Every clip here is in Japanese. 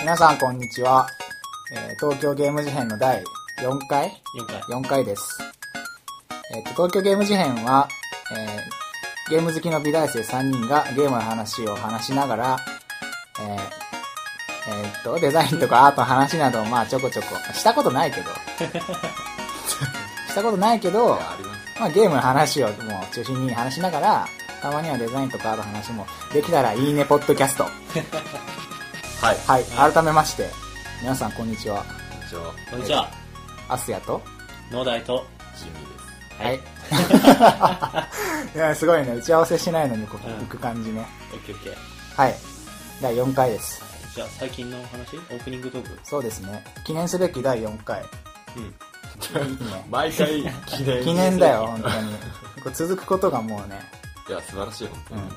皆さんこんにちは、えー東京ゲーム事変の第4回4回。 4回です、えっと東京ゲーム事変は、えーゲーム好きの美大生3人がゲームの話を話しながら、えーえーっとデザインとかアートの話などをまあちょこちょこしたことないけどしたことないけど、ります。まあ、ゲームの話をもう中心に話しながらたまにはデザインとかアートの話もできたらいいねポッドキャ ストはい。はい改めまして皆さんこんにちはこんにちは。こんにちは。アスヤと農大と。ジミーです。はいいやすごいね打ち合わせしないのにこううん行く感じね、オッケーオッケー。はい第4回ですじゃあ、最近のお話オープニングトーク。そうですね記念すべき第4回うん。いいね毎回記念。記念だよ。本当にこう続くことがもうねいや、素晴らしい、本当に。うん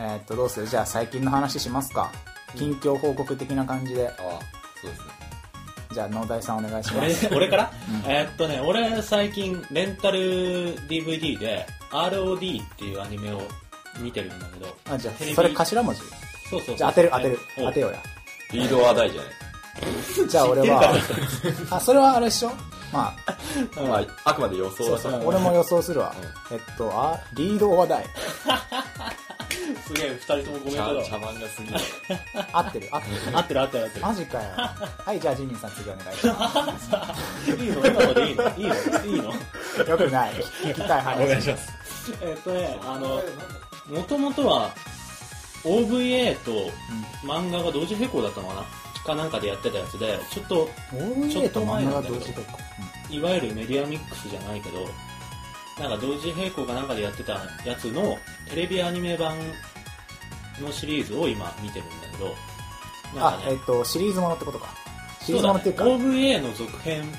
えーっとどうするじゃあ最近の話しますか近況報告的な感じでああ、そうですね。じゃあ農大さんお願いします 俺、俺から、えーっとね、俺最近レンタル DVD で ROD っていうアニメを見てるんだけど。あじゃあテレビそれ頭文字そうそうそうじゃあ当てる当てるお当てようやリードは大じゃない。じゃあ俺は あそれはあれでしょまあまあ、あくまで予そ想だうかそらう俺も予想するわえっとあリード話題すげえ、二人ともごめんな茶さ茶い。番がす ぎる。合ってる合ってる合ってる合ってる合ってる。マジかよはいじゃあジミンさん次お願いしまいいの今のでいいのいいのい いのすよくない聞きたい話ます。えーっとね、あの、もともとは OVA と漫画が同時並行だったのかなかなんかでやってたやつで、ちょっとうん OVA と漫画が同時並行いわゆるメディアミックスじゃないけど、なんか同時並行かなんかでやってたやつのテレビアニメ版のシリーズを今見てるんだけど、うんなんあかえねっ、とシリーズものってことかシリーそズうもだのねっていうか OVA の続編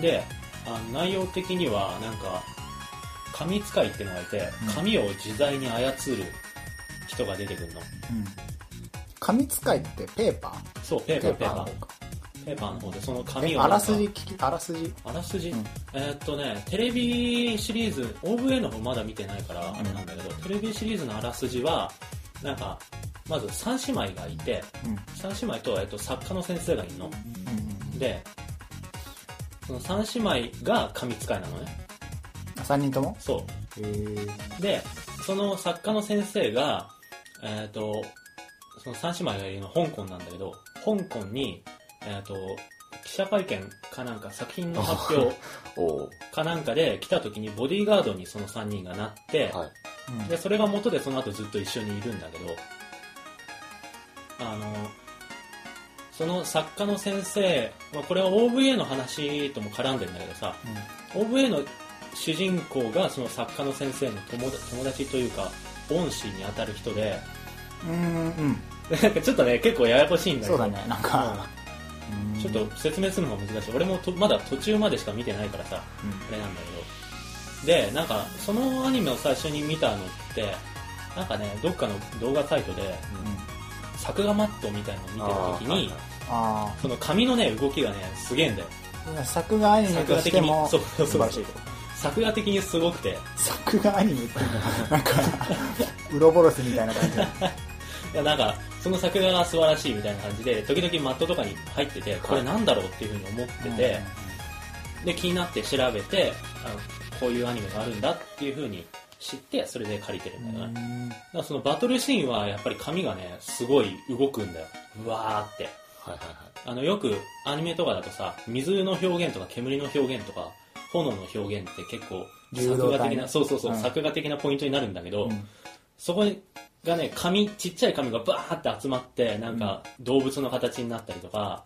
で、あの内容的にはなんか、紙使いってのがいてうん、紙を自在に操る人が出てくるの。うん紙使いってペーパーそう、ペーパー、ペーパの方。ーかペーパーの方で、その紙えをあなんか。らすじ聞きあらすじあらすじ、うんえーっとねテレビシリーズ OVA の方まだ見てないからあれなんだけど、テレビシリーズのあらすじはなんかまず3姉妹がいてうんうん3姉妹と,、えーっと作家の先生がいるのうんでその3姉妹が紙使いなのね3人ともそへーうでその作家の先生がえーっとその3姉妹がいるのは香港なんだけど香港にえーっと記者会見かなんか作品の発表おお。かなんかで来た時にボディーガードにその3人がなって、はい。うんでそれが元でその後ずっと一緒にいるんだけどあのその作家の先生、まあ、これは OVA の話とも絡んでるんだけどさ OVA の主人公がその作家の先生の友達友達というか恩師にあたる人でうんうんうんでなんかちょっとね結構ややこしいんだけそどうだねなんかうんちょっと説明するのが難しい俺もとまだ途中までしか見てないからさうんあれなんだけどでなんかそのアニメを最初に見たのってなんかねどっかの動画サイトでうん作画マットみたいのを見てる時に、ああその髪のね動きがねすげえんだよあ作画アニメとしても作画的にそうそうそう素晴らしいけど作画的にすごくて作画アニメっていうのは なんかウロボロスみたいな感じいやなんかその作画が素晴らしいみたいな感じで時々マットとかに入っててこれなんだろうっていうふうに思ってて、で気になって調べてあのこういうアニメがあるんだっていうふうに知ってそれで借りてるうんだんよね、うんだからそのバトルシーンはやっぱり髪がねすごい動くんだようわーってはいはいはい。あのよくアニメとかだとさ水の表現とか煙の表現とか炎の表現って結構流作動体ね画的なそうそうそう、うん作画的なポイントになるんだけど、うんそこがね紙ちっちゃい紙がバーって集まってなんか動物の形になったりとか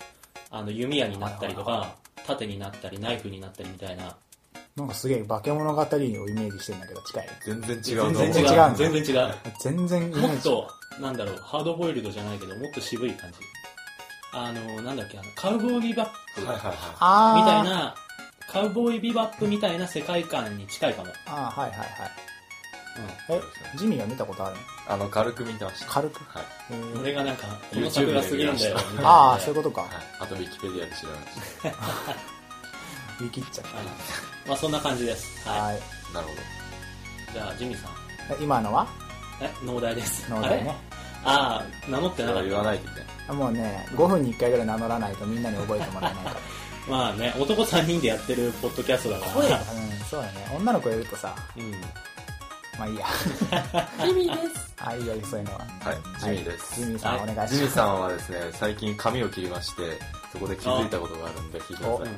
あの弓矢になったりとか盾になったりナイフになったりみたいななんかすげえ化け物語をイメージしてんだけど近い全然違う全と思然全然違違うう全然違う全然イメもーっジと、なんだろう、ハードボイルドじゃないけど、もっと渋い感じ。あの、なんだっけ、あの、カウボーイビバップみはいはいはい。あーたいな、カウボーイビバップみたいな世界観に近いかも。あーはいはいはいえジミーは見たことあるのあの、軽く見てました。軽くはい。へーうん。俺がなんか、この作がすげえんだよ YouTube で見まし。ああそういうこことかはい。あと、ウィキペディアで調べまし言い切っちゃっまあそんな感じです。たははいた。なるほど。い。じゃあ、ジミーさん。え今のはえ、農大です。脳あ大れねああ名乗ってそなかれはっ言たわないといけない。あもうね5分に1回ぐらい名乗らないとみんなに覚えてもらえないからまあね男3人でやってるポッドキャストだから声がうんそうだね女の子いるとさうんまあいいや意味です。あいいよそういうのははい、ジミーです。ジミーさん、はいお願いしジミーますさんはですね、最近髪を切りまして、そこで気づいたことがあるんで聞いてくだおさい。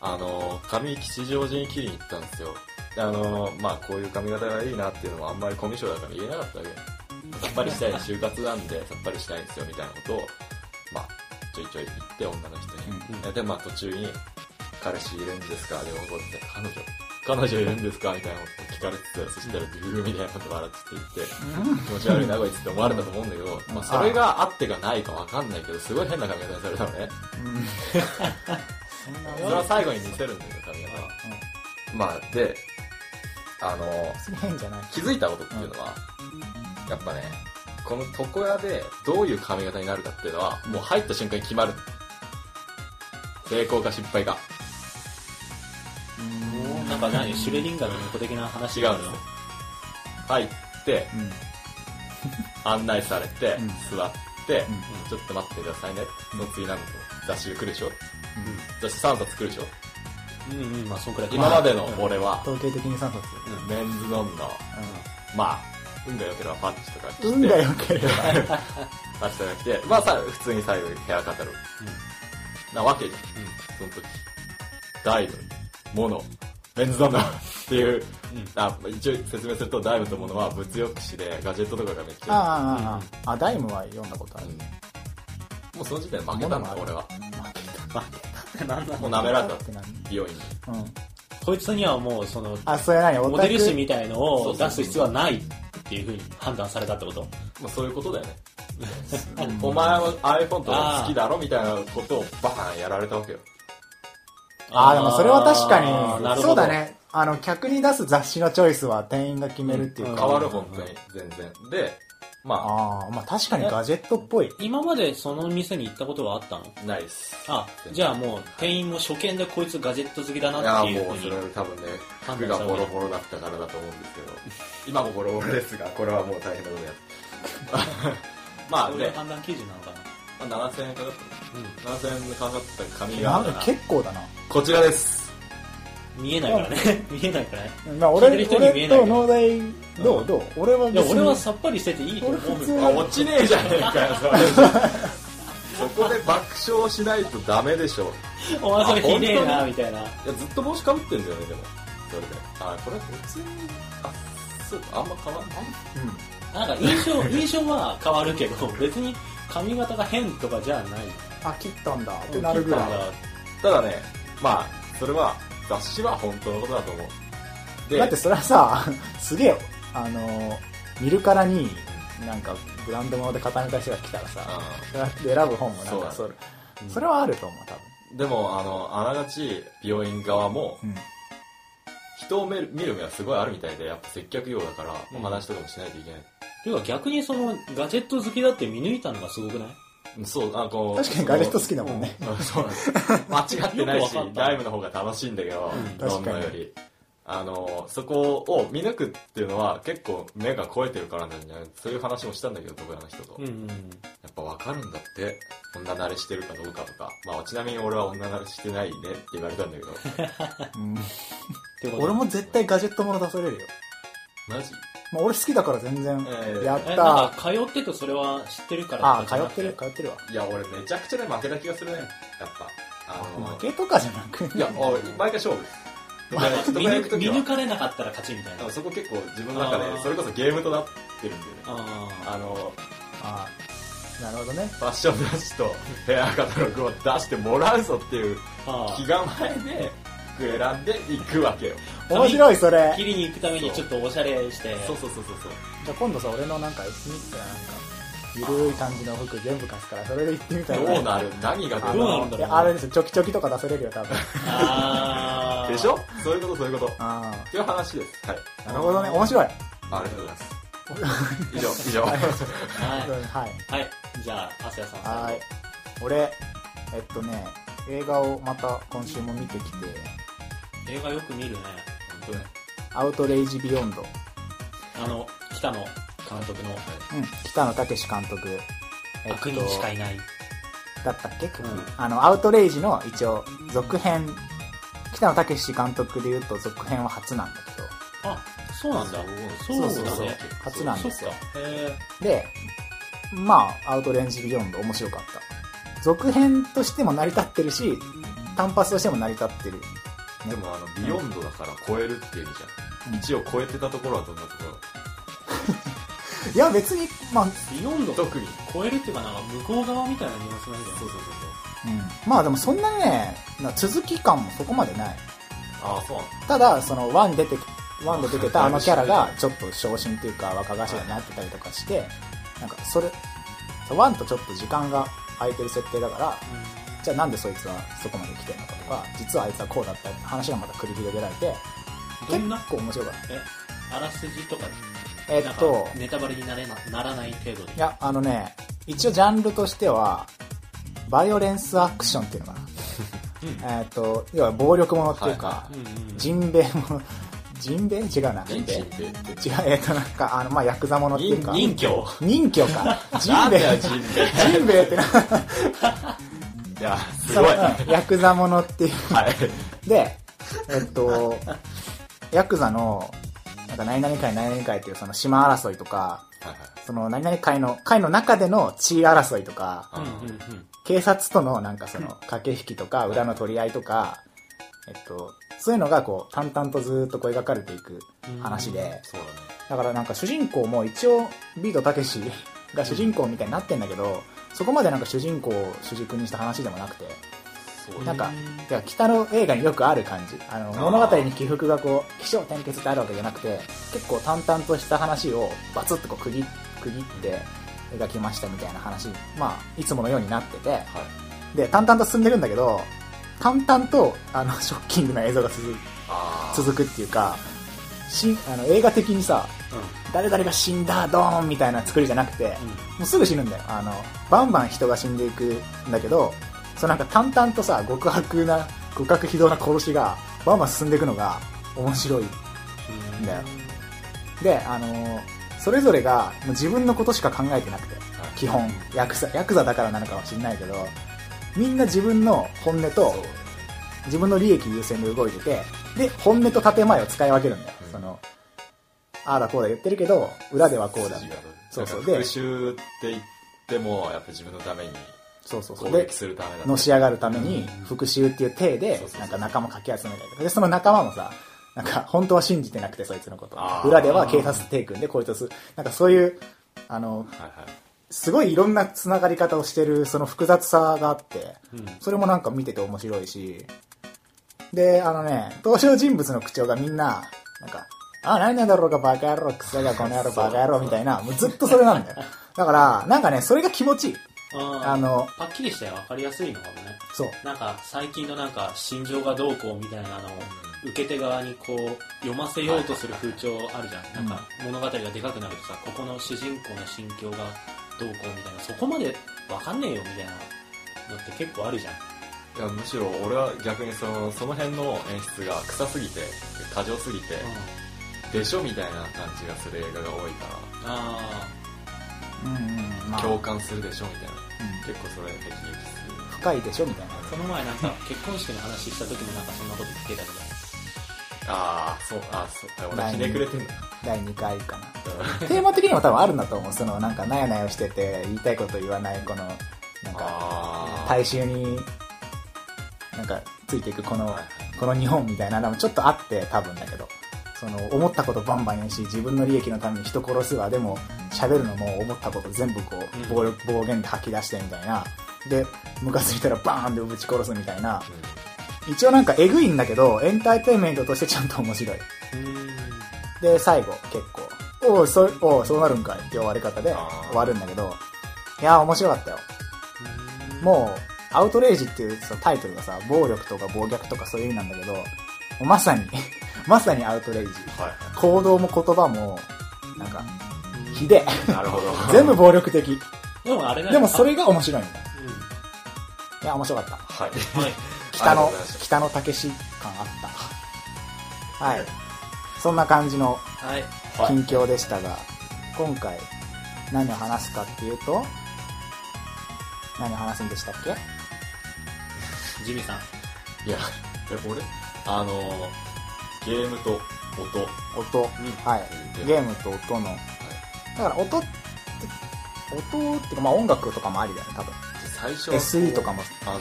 あの、髪吉祥寺に切りに行ったんですよ。であの、まあこういう髪型がいいなっていうのもあんまりコミュ障だから言えなかったわけ。さっぱりしたい、就活なんでさっぱりしたいんですよみたいなことを、まあちょいちょい言って女の人に。うんで、まあ途中に、彼氏いるんですかで、怒って、彼女、彼女いるんですかみたいなこと聞かれてたら、そしたらビューみたいなこと笑って言って、気持ち悪いなこいつって思われたと思うんだけど、まあそれがあってかないかわかんないけど、すごい変な髪型にされたのね。 うんうんそんなそれは最後に見せるんだけど、髪型は。まあ、で、あの、別に変じゃない気づいたことっていうのは、やっぱね、この床屋でどういう髪型になるかっていうのは、もう入った瞬間に決まる。成功か失敗か。もうなんか何シュレディンガーの猫的な話違があうんるのですよ。入って、うんうん案内されて、うん座って、うんちょっと待ってくださいね。その次なんか雑誌が来るでしょ雑誌3冊来るでしょうんうんまあそんくらい今までの俺は、統計的に3冊メンズノンの、まあ、運が良ければパッチとか着て、運が良ければパッチとか着て、まあさ、普通に最後にヘアカタログ。なわけじゃん。その時。ダイブ、モノ、メンズノンノっていう、うんあ一応説明するとダイブとモノは物欲しでガジェットとかがめっちゃあああああダイムは読んだことあるうんもうその時点で負けたんだ、モノも俺はあ。る負けうんなんだもう舐められたっ。てなる美容院に。うんこいつにはもうそのあそれ何オモタデクル誌みたいのを出す必要はないっていうふうに判断されたってこともうそういうことだよね。お前は iPhone とか好きだろみたいなことをバーンやられたわけよ。ああでもそれは確あーなかにるほどそうだねあの客に出す雑誌のチョイスは店員が決めるっていううんか、変わる、本当に、全然。で、まああまあ確かにガジェットっぽい今までその店に行ったことはあったのあ、ないっす。あじゃあもう店員も初見でこいつガジェット好きだいなやっていうふもううそにれは多分ね、服がボロボロだったからだと思うんですけど、今もボロボロですが、これはもう大変なことやった。まあそういうね、判断基準なのかなまあ7000円かかった。7000円かかった髪なんがか、結構だなこちらです。見えないからね見えないから ねまあ聞い俺てる人に見え俺ないとけど農大どうどう俺はいや別に俺はさっぱりしてていいと思う俺普け通どあ、落ちねえじゃねえかよ、それ。そこで爆笑しないとダメでしょ。お前それあひねえ本当なにみたいないや、ずっと帽子かぶってんだよね、でも。それで。あ、これ別に、あ、そうか、あんま変わんない。なんか印象印象は変わるけど別に髪型が変とかじゃないあ切ったんだってなるぐらいただね、まあ、それは、雑誌は本当のことだと思う。で、だってそれはさ すげえあの見るからになんかブランド物で固めた人が来たらさあそれは選ぶ本もなんかそそうれそれはあると思う多分ーでも、あの、あながち、病院側も、うん人を見る見る目はすごいあるみたいで、やっぱ接客業だから、うんお話とかもしないといけない。ていうか逆にそのガジェット好きだって見抜いたのがすごくないそう、あこう確かにガジェット好きだもんね。そのうんそうな んです。間違ってないしよくわかっ、たライブの方が楽しいんだけどうん、ど確んかどにんより。あの、そこを見抜くっていうのは、結構目が超えてるからなんじゃないそういう話もしたんだけど、床屋の人と。うんうんうんやっぱわかるんだって、女慣れしてるかどうかとか。まあちなみに俺は女慣れしてないねって言われ たんだけど。うんってこ と俺も絶対ガジェットもの出されるよ、マジまあ、俺好きだから全然えーやっえた、なんか通っててそれは知ってるからあと通かじゃなっくてる通ってるわいや、俺めちゃくちゃで負けた気がするね。やっぱ。あの負けとかじゃなくいや、おい毎回勝負です。まあとか見行く抜とき見は抜かれなかったら勝ちみたいなあのそこ結構自分の中あで、ーそれこそゲームとなってるんでね。ああの、ああなるほどねファッション雑誌とヘアカタログを出してもらうぞっていうーあ気構えで服選んでいくわけよ。面白いそれー切りに行くためにちょっとおしゃれしてそうそうそうそうそう。じゃあ今度さ俺のなんかエスニックななんかゆるい感じの服全部貸すからそれで行ってみたいどうなる何があ出どうなるるのんだろうねいやあれですよチョキチョキとか出されるよ多分あーでしょそういうことそういうこと。あっていう話です。はい。あなるほどね面白いありがとうございます。以上、以上。 はうんはいい、はい、じゃあ亜生さんは最ーい俺えっとね映画をまた今週も見てきて後映画よく見るね本当ね「アウトレイジ・ビヨンド」あの北野監督のうん、北野武監督、えっ悪人しかいない、だったっけ、んあのアウトレイジの一応続編北野武監督でいうと続編は初なんだけどあそうなんだそそううそうだそうね初なんですよそっかへでまあアウトレンジビヨンド面白かった続編としても成り立ってるし単発としても成り立ってるでもあの、ビヨンドだから超えるっていう意味じゃん。一応超えてたところはどんなとこいや別にまあ、うん、えビヨンドろ特に。超えるっていうかなんか向こう側みたいなニュアンスなんじゃそうないそうそうそう。まあでもそんなねな続き感もそこまでないああ、そうなんだ。ただそのワン出てワンで出てたあのキャラがちょっと昇進というか若頭になってたりとかしてなんかそれワンとちょっと時間が空いてる設定だからじゃあなんでそいつはそこまで来てんのかとか実はあいつはこうだったって話がまた繰り広げられてうん結どんな構面白かっえあらすじとかたえっとなんかネタバレになれなならない程度でいやあのね一応ジャンルとしてはバイオレンスアクションっていうのかな、えっと要は暴力ものっていうか、はいはうんうんジンベエものジンベエ違うな人気っ違う、えっ、と、なんか、あの、まあ、ヤクザものっていうか、人教人魚か。ジ なンんベだエよ、。人ジンベエってな、いや、すごい。はうんヤクザものっていう。い。で、えっと、ヤクザの、なんか、何々会、何々会っていう、その、島争いとか、その、何々会の、会の中での地位争いとか、あうんうんうん警察との、なんか、その、駆け引きとか、裏の取り合いとか、えっと、そういうのが、こう、淡々とずーっとこう描かれていく話で、そうだね。だからなんか主人公も一応ビートたけしが主人公みたいになってんだけど、そこまでなんか主人公を主軸にした話でもなくて、そうなだんね。か、いや北の映画によくある感じ。あの、ー物語に起伏がこう、起承転結ってあるわけじゃなくて、結構淡々とした話をバツッとこう区切区切って描きましたみたいな話、まあ、いつものようになってて、はい。で、淡々と進んでるんだけど、淡々と、あの、 ショッキングな映像が続いああ。続くっていうか、しあの映画的にさ、う誰々が死んだドーンみたいな作りじゃなくて、もうすぐ死ぬんだよあのバンバン人が死んでいくんだけどそうなんか淡々とさ極悪な極悪非道な殺しがバンバン進んでいくのが面白いうんだよであのーそれぞれがもう自分のことしか考えてなくて基本ヤクザヤクザだからなのかもしれないけどみんな自分の本音とそうだね自分の利益優先で動いてて、で、本音と建前を使い分けるんだよ。うんその、ああだこうだ言ってるけど、裏ではこうだ。筋があるそうそうだからで復讐って言っても、やっぱ自分のためにそうそうそ攻う。で撃、するためだのし上がるためにうん、復讐っていう体でそうそうそ、うなんか仲間かき集めたりとか。で、その仲間もさ、なんか、本当は信じてなくて、そいつのことあ。ー裏では警察手組んで、こいつをす、なんかそういう、あの、はいはい。すごいいろんな繋がり方をしてる、その複雑さがあって、うんそれもなんか見てて面白いし、で、あのね、登場人物の口調がみんな、なんか、あ、何なんだろうか、バカ野郎、クソがこの野郎、バカ野郎、みたいな、もうずっとそれなんだよ。だから、なんかね、それが気持ちいい。ああのの、はっきりしたよ分かりやすいのかもねそう。なんか最近のなんか心情がどうこうみたいなのを受け手側にこう読ませようとする風潮あるじゃん、うんなんか物語がでかくなるとさここの主人公の心境がどうこうみたいなそこまで分かんねえよみたいなのって結構あるじゃんいやむしろ俺は逆にそのその辺の演出が臭すぎて過剰すぎて、でしょみたいな感じがする映画が多いかあうんうん、まらあ、共感するでしょみたいなうん結構それ敵にす深いでしょみたいな。あその前なんか結婚式の話した時もなんかそんなこと言ってたけどるああそうあそうあ俺ひねくれてんの第2回かな。テーマ的にも多分あるんだと思う。その、なんか、なやなやしてて、言いたいこと言わない、この、なんか、ああ大衆に、なんか、ついていくこのはいこの日本みたいなのもちょっとあって多分だけどその思ったことバンバン言うし自分の利益のために人殺すわでも喋るのも思ったこと全部こうんう暴力暴言で吐き出してみたいなでムカついたらバーンでぶち殺すみたいな一応なんかエグいんだけどエンターテインメントとしてちゃんと面白いで最後結構おうそおうそうなるんかいって終わり方であー終わるんだけどいやー面白かったよもう、アウトレイジっていうそのタイトルがさ、暴力とか暴虐とかそういう意味なんだけど、もうまさに、 まさにアウトレイジ。はい行動も言葉も、なんか、ひで はいなるほどえ。全部暴力的。でもあれだよでもそれが面白いんだ。うんいや、面白かった。はいはい北ありがとのうございまし、た北の武士感あった。はい。そんな感じのはい近況でしたが、今回何を話すかっていうと何を話すんでしたっけジミーさん。いや、え俺、あのー、ゲームと音。音、はいゲームと音のだから音って音っていうかまあ音楽とかもありだよね多分最初 SE とかも。もあの、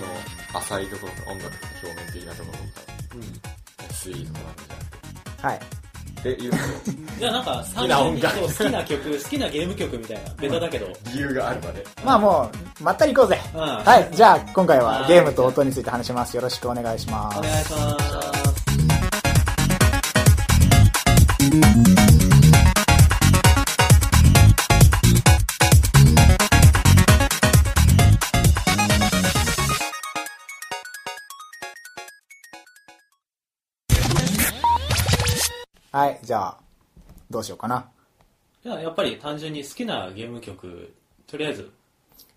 浅いところの音楽とか表面的なところとか、SE とかなんじゃなくはいて。っていうのいや、なんか、好きな音楽好きな曲、好きなゲーム曲みたいな。ベタだけど。理由があるまで。まあもうまったりいこうぜうん。ははいじゃあ今回はゲームと音について話しますよろしくお願いしまおす願いします。はいじゃあどうしようかないや、やっぱり単純に好きなゲーム曲、とりあえず、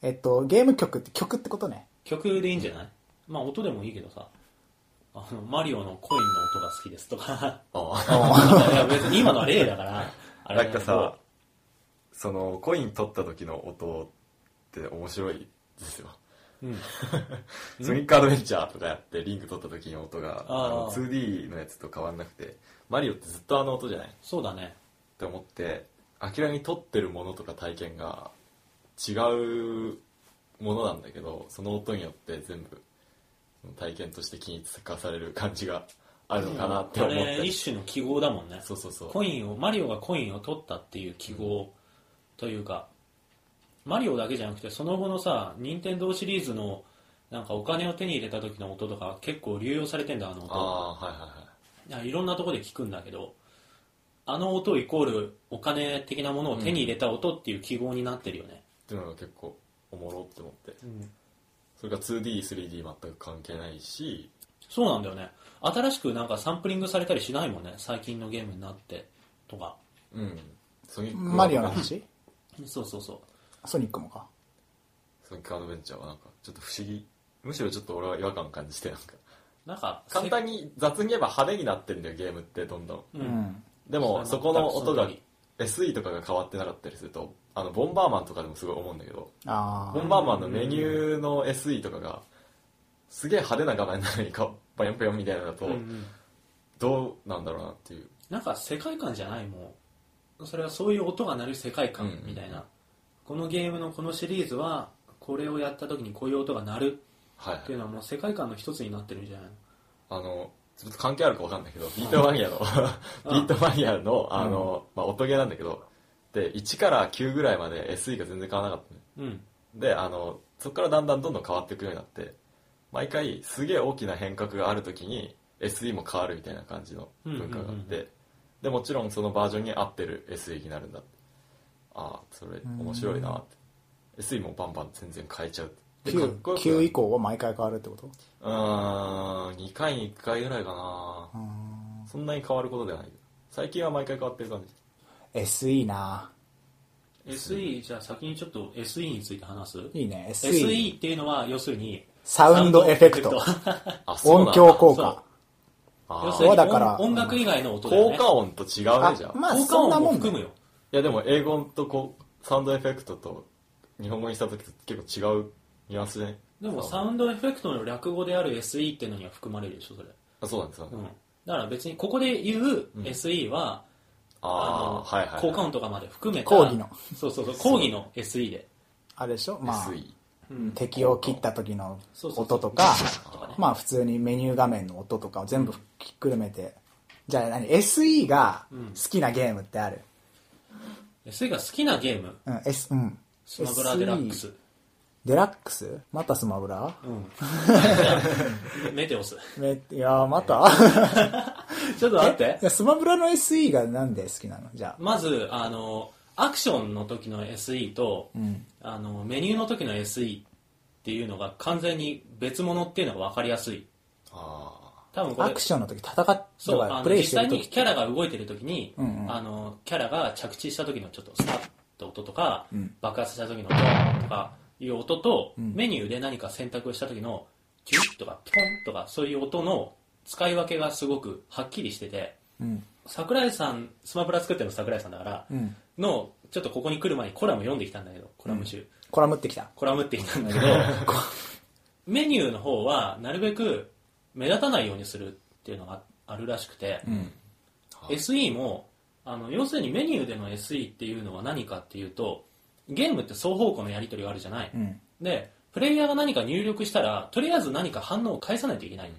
えっとゲーム曲って曲ってこと ね曲でいいんじゃないまあ、音でもいいけどさ。あの、マリオのコインの音が好きですとか。あいや、別に今のは例だ から。ああ。れだけなどんかさ、その、コイン取った時の音って面白いですよ。 うん。スニックアドベンチャーとかやって、リンク取った時の音が、あーあの 2D のやつと変わんなくて、マリオってずっとあの音じゃないそうだね。って思って明らかに撮ってるものとか体験が違うものなんだけどその音によって全部体験として均一化される感じがあるのかなってあ思ったれ、り一種の記号だもんね。そうそうそうコインを、マリオがコインを取ったっていう記号というか、マリオだけじゃなくて、その後のさ、任天堂シリーズの、なんかお金を手に入れた時の音とか結構流用されてんだ、あの音。ああはいはいはいいやいろんなとこで聞くんだけどあの音イコールお金的なものを手に入れた音っていう記号になってるよね、っていうのが結構おもろって思ってそれが 2D3D 全く関係ないしそうなんだよね新しくなんかサンプリングされたりしないもんね最近のゲームになってとかうんソニックマリオのうん話そうそうそうソニックもかソニックアドベンチャーはなんかちょっと不思議むしろちょっと俺は違和感感じてなんかなんか簡単に雑に言えば派手になってるんだよゲームってどんどんううんんでもそこの音がその通 SE とかが変わってなかったりするとあのボンバーマンとかでもすごい思うんだけどあボンバーマンのメニューの SE とかがすげえ派手な画面なのにこうパヨンパヨンみたいなのだとうんうんどうなんだろうなっていうなんか世界観じゃないもうそれはそういう音が鳴る世界うん観うんみたいな、このゲームのこのシリーズはこれをやった時にこういう音が鳴るはいっていうのはもう世界観の一つになってるんじゃないのあのちょっと関係あるかわかんないけどビートマニアの ビートマニアのあの、まあ、音ゲーなんだけどで1から9ぐらいまで SE が全然変わらなかったねうんであのそこからだんだんどんどん変わっていくようになって毎回すげえ大きな変革がある時に SE も変わるみたいな感じの文化うがあって、んうんうんでもちろんそのバージョンに合ってる SE になるんだああそれ面白いなって SE もバンバン全然変えちゃうでかっ9こよくな9る以降は毎回変わるってことうーん2回に1回ぐらいかうなーそんなに変わることではない最近は毎回変わってる感じん SE な SE じゃあ先にちょっと SE について話すいいね SE, SE っていうのは要するにサウンドエフェクトサウンド エフェクトあそうなん音だ響効そう果あー要するにだから音音楽以外の音だよ効ね果音と違うねあじゃんまあ効果そんな音ももんだ含むよいやでも英語とこうサウンドエフェクトと日本語にした時と結構違うニュアンスじゃないでもサウンドエフェクトの略語である SE っていうのには含まれるでしょそれ、あそうなんですよ、うん、だから別にここで言う SE は、ああーはいはい、はい、効果音とかまで含めた講義のそうそうそう講義の SE であれでしょまあ SE 敵を切った時のそうそうそ音うとかとかねまあ普通にメニュー画面の音とかを全部ひっくるめてじゃあ何 SE が好きなゲームってある SE が好きなゲームうん、S うん、スマブラデラックス SE、デラックスまたスマブラ うん、メテ オスめいやーまたちょっと 待ってえスマブラの SE がなんで好きなのじゃあまずあのアクションの時の SE と、んあのメニューの時の SE っていうのが完全に別物っていうのが分かりやすいあ多分こアれクションの時戦っだそうかあらのプレイ実してる際に時キャラが動いてる時に、うんうんあのキャラが着地した時のちょっとスタッと音とか、ん爆発した時のドーンとかいう音と、んメニューで何か選択をした時のキュッとかピョンとかそういう音の使い分けがすごくはっきりしててうん桜井さんスマブラ作ってるの桜井さんだから、うんの、ちょっとここに来る前にコラム読んできたんだけど、コラム集。コラムってきた。コラムって言ったんだ けど、こうメニューの方はなるべく目立たないようにするっていうのがあるらしくて、はい SE もあの要するにメニューでの SE っていうのは何かっていうとゲームって双方向のやり取りがあるじゃない、うん。でプレイヤーが何か入力したらとりあえず何か反応を返さないといけない、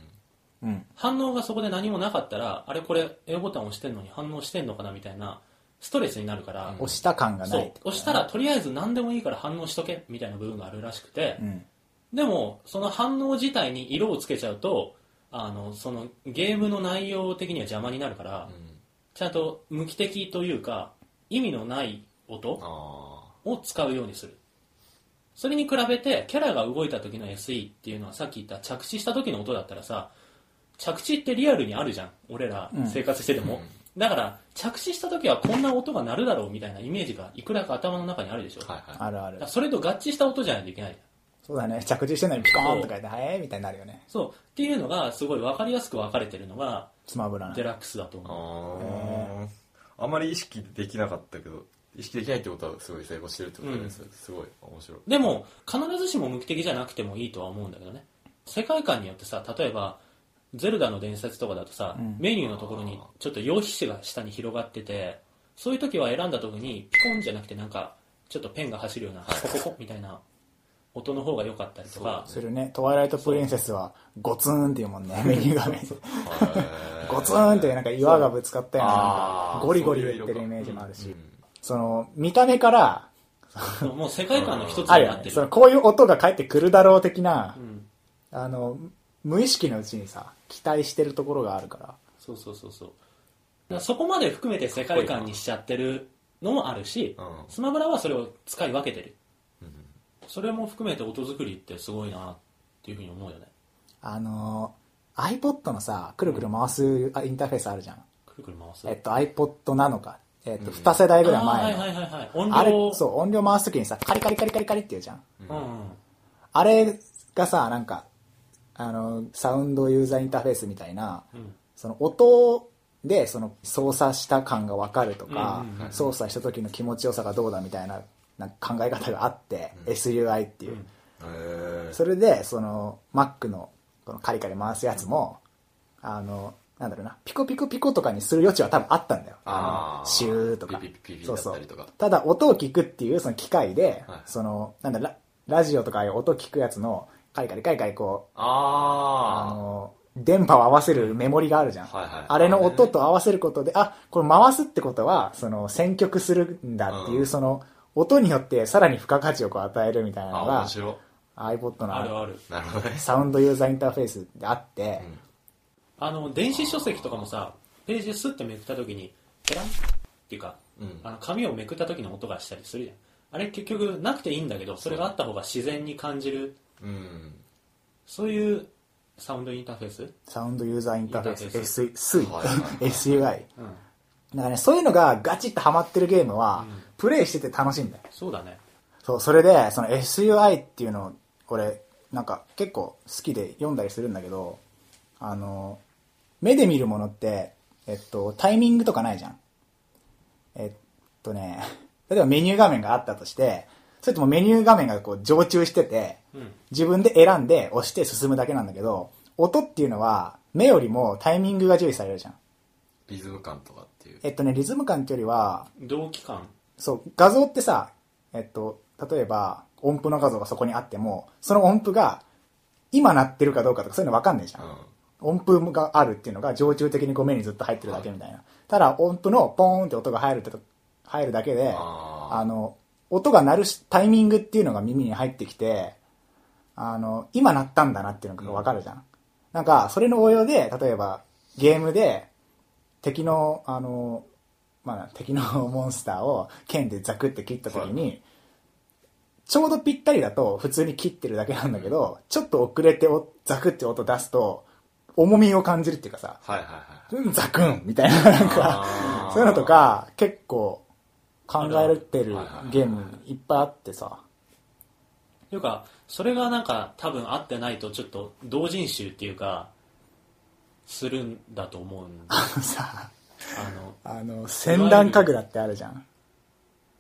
うん。反応がそこで何もなかったらあれこれ A ボタン押してんのに反応してんのかなみたいなストレスになるから、うん押した感がそないっうてこと押したらとりあえず何でもいいから反応しとけみたいな部分があるらしくて、うん。でもその反応自体に色をつけちゃうとあのそのゲームの内容的には邪魔になるから、うんちゃんと無機的というか意味のない音あを使うようにするそれに比べてキャラが動いた時の SE っていうのはさっき言った着地した時の音だったらさ着地ってリアルにあるじゃん俺らうん生活してても、だから着地した時はこんな音が鳴るだろうみたいなイメージがいくらか頭の中にあるでしょ、ーはいはあるあだるから。それと合致した音じゃないといけないそうだね。着地してんのにピコーンとか言って、はいみたいになるよね。そうっていうのがすごい分かりやすく分かれてるのがスマブラなデラックスだと思ういあーあまり意識できなかったけど意識できないってことはすごい成功してるってことです、すごい面白いでも必ずしも無機的じゃなくてもいいとは思うんだけどね世界観によってさ例えば「ゼルダの伝説」とかだとさ、うんメニューのところにちょっと用皮紙が下に広がっててそういう時は選んだ時にピコンじゃなくてなんかちょっとペンが走るようなコココみたいな音の方が良かったりとかするね。トワイライトプリンセスは、ゴツンっていうもんね、メニュー画面。へーゴツンっていうなんか岩がぶつかったようななんあか、ーゴリゴリそういう言っ色てかるイメージもあるしう、んその、見た目から、もう世界観の一つにあるなよっね。てるその、こういう音が返ってくるだろう的なう、ん、あの、無意識のうちにさ、期待してるところがあるから。そうそうそうそうだからそこまで含めて世界観にしちゃってるのもあるし、うんスマブラはそれを使い分けてるうんそれも含めて音作りってすごいなっていうふうに思うよねあの、iPod のさ、くるくる回すあインターフェースあるじゃん。くるくる回すえっと、iPod なのか。えっと、うん2世代ぐらいあー前のはい。はいはいはい音あれ量、そう、音量回すときにさ、カリカリカリカリカリって言うじゃん。うんうんあれがさ、なんか、あの、サウンドユーザーインターフェースみたいな、うんその音でその操作した感がわかるとか、うんうんうん操作した時の気持ちよさがどうだみたいななんか考え方があって、うん SUI っていうう。んへーそれで、その、Mac のこのカリカリ回すやつも、あの、なんだろうな、ピコピコピコとかにする余地は多分あったんだよ。あーのシューとか。ピピピピピそうだそったうりとか。ただ、音を聞くっていうその機械で、はいその、なんだラ、ラジオとかああいう音聞くやつの、カリカリカリカリこう、ああの、電波を合わせるメモリがあるじゃん。はいはいあれの音と合わせることで、あ、これ回すってことは、その、選曲するんだっていう、うんその、音によってさらに付加価値をこう与えるみたいなあのあ面が、白 iPod のあるあるいなるほどねサウンドユーザーインターフェースであって、あの電子書籍とかもさページスッてめくった時にペランっていうかうんあの紙をめくった時の音がしたりするじゃんあれ結局なくていいんだけどそれがあった方が自然に感じるうんそういうサウンドインターフェース、サウンドユーザーインターフェインターーフス、SUI、SUI はいはいは SUI。うん、だからね、そういうのがガチッとハマってるゲームは、プレイしてて楽しいんだよ。そうだねそう、それで、その SUI っていうのを、俺、なんか結構好きで読んだりするんだけど、あの、目で見るものって、えっと、タイミングとかないじゃん。えっとね、例えばメニュー画面があったとして、それともメニュー画面がこう常駐してて、うん自分で選んで押して進むだけなんだけど、音っていうのは、目よりもタイミングが重視されるじゃん。リズム感とかっていうえっとね、リズム感っていうよりは、同期感そう、画像ってさ、えっと、例えば、音符の画像がそこにあっても、その音符が、今鳴ってるかどうかとかそういうの分かんないじゃん。音符があるっていうのが常駐的にこう目にずっと入ってるだけみたいな。ただ、音符のポーンって音が入るってと、入るだけで、あーあの、音が鳴るしタイミングっていうのが耳に入ってきて、あの、今鳴ったんだなっていうのがわかるじゃん。なんか、それの応用で、例えば、ゲームで、敵の、あの、まあ、敵のモンスターを剣でザクって切った時に、ちょうどぴったりだと普通に切ってるだけなんだけど、ちょっと遅れておザクって音出すと、重みを感じるっていうかさ、はいはいはうん、ザクンみたいな、なんか、あーそういうのとか、結構、考えられてるはいはいはいゲームいっぱいあってさ。というかそれがなんか多分合ってないとちょっと同人集っていうかするんだと思うんであさ、のあの、千段神楽ってあるじゃん。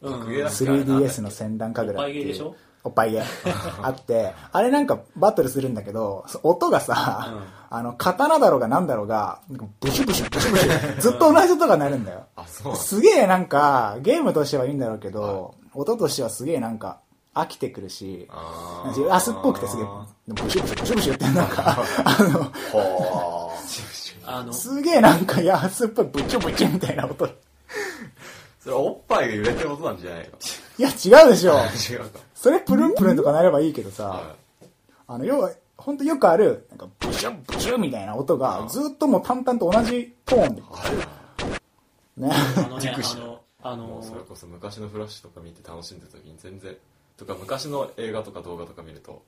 格ゲーなんかあれなんだっけ 3DS の先端カグラおっぱいゲーでしょおっぱい ゲーあって、あれなんかバトルするんだけど、そ音がさ、あの、刀だろうがなんだろうが、なんかブシュブシュブシュブシュ、ずっと同じ音が鳴るんだよ。あ、そうなんだすげえなんか、ゲームとしてはいいんだろうけど、音としてはすげえなんか、飽きてくるし、あー安っぽくてすげえ、でもブシュブシュブシュブシュってなんか、あの、ほー。あの、すげえなんか安っぽいブチュブチュみたいな音。いそれおっぱいが揺れてる音なんじゃないや、違うでしょ。の違うか。それプルンプルンとかなればいいけどさは、あの、要は、ほんとよくある、なんか、ブシュブシュみたいな音が、ずっともう淡々と同じトーンで。ね。あのね、あの、あい。もうそれの、こそ昔のフラッシュとか見て楽しんでた時に全然、とか昔の映画とか動画とか見ると、